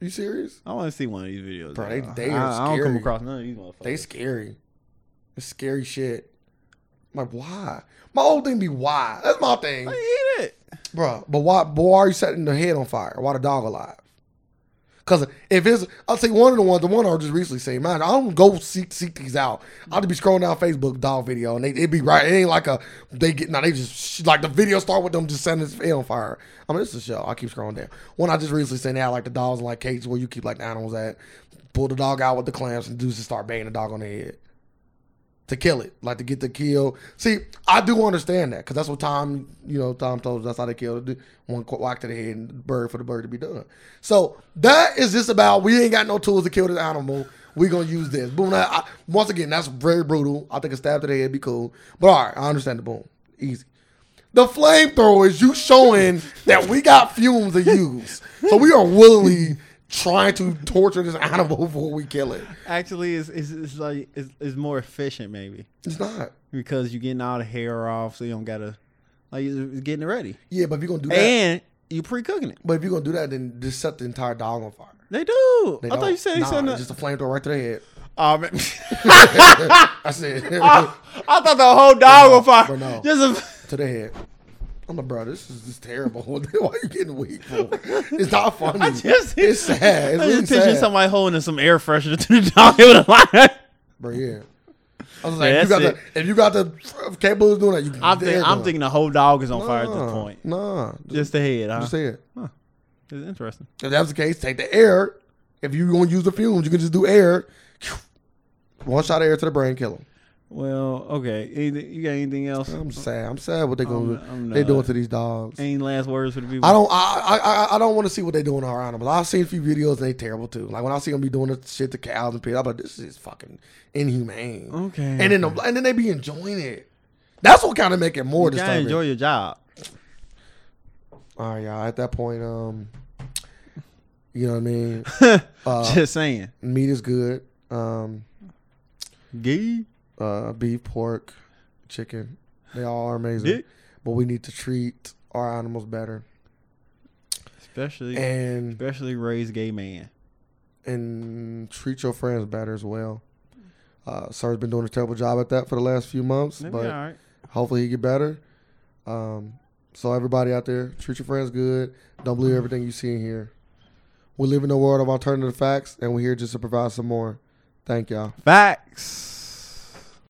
B: You serious?
A: I want to see one of these videos.
B: Bro, they-
A: dog.
B: they
A: I,
B: are
A: I don't come
B: scary.
A: across none of these motherfuckers.
B: They scary. It's scary shit. I'm like why? My whole thing be why. That's my thing,
A: Like, eat it.
B: bro. But why? But why are you setting the head on fire? Why the dog alive? Cause if it's, I'll say one of the ones, the one I just recently seen. Man, I don't go seek seek these out. I'll just be scrolling down Facebook dog video, and they it be right. It ain't like a they get now. They just sh- like the video start with them just setting his head on fire. I mean, it's a show. I keep scrolling down. One I just recently seen out like the dogs in like cages where you keep like the animals at. Pull the dog out with the clamps and dudes just start banging the dog on the head to kill it, like to get the kill. See, I do understand that because that's what Tom, you know, Tom told us that's how they kill the one qu- whack to the head and the bird for the bird to be done. So that is just about we ain't got no tools to kill this animal. We gonna use this. Boom. I, I- once again, that's very brutal. I think a stab to the head be cool, but all right, I understand the boom. Easy. The flamethrower is you showing that we got fumes to use, so we are willingly trying to torture this <laughs> animal before we kill it.
A: Actually, it's, it's, it's like it's, it's more efficient maybe
B: It's not.
A: because you're getting all the hair off, so you don't gotta like you're it's getting it ready,
B: Yeah, but if you're gonna do that,
A: and you pre-cooking it.
B: But if you're gonna do that, then just set the entire dog on fire.
A: They do.
B: They
A: I thought
B: don't.
A: you said they
B: nah,
A: said
B: it's just a flamethrower right to their head.
A: Oh, man. <laughs>
B: That's it. <laughs>
A: I, I thought the whole dog was
B: But
A: fire.
B: no.
A: Just a, <laughs>
B: to their head. I'm like, bro, this is just terrible. <laughs> Why are you getting weak? For? It's not
A: <laughs>
B: funny.
A: I just
B: it's sad.
A: <laughs>
B: It's
A: I
B: really
A: just pictured
B: sad.
A: somebody holding some air freshener to the dog. It was like,
B: Bro, yeah. I was like, if,
A: that's
B: you got the, if you got the capable of doing that, you
A: I'm,
B: they're
A: think, I'm
B: doing it.
A: thinking the whole dog is on fire at
B: Nah,
A: this point.
B: Nah, just,
A: Just the head, huh?
B: just say it.
A: It's interesting.
B: If that's the case, take the air. If you're gonna use the fumes, you can just do air. One shot of air to the brain, kill him.
A: Well, okay. Any- You got anything else?
B: I'm sad. I'm sad what they gonna
A: I'm- I'm
B: they doing
A: not.
B: to these dogs.
A: Any last words for the people?
B: I don't. I I, I, I don't want to see what they doing to our animals. I've seen a few videos and they terrible too. Like when I see them be doing this shit to cows and pigs, I'm like, this is fucking inhumane.
A: Okay.
B: And then the, and then they be enjoying it. That's what kind of make it more
A: you gotta
B: disturbing.
A: enjoy your job.
B: All right, y'all. At that point, um, you know what
A: <laughs>
B: I mean. Uh,
A: Just saying.
B: Meat is good. Um,
A: Gee.
B: uh, beef, pork, chicken, they all are amazing.
A: Dick.
B: But we need to treat our animals better.
A: Especially
B: And
A: especially raised gay man.
B: and treat your friends better as well. Uh, Sar's been doing a terrible job at that for the last few months,
A: That'd be
B: but
A: all right.
B: hopefully he get better. Um, so everybody out there, treat your friends good. Don't believe everything you see in here. We live in a world of alternative facts, and we're here just to provide some more. Thank y'all.
A: Facts.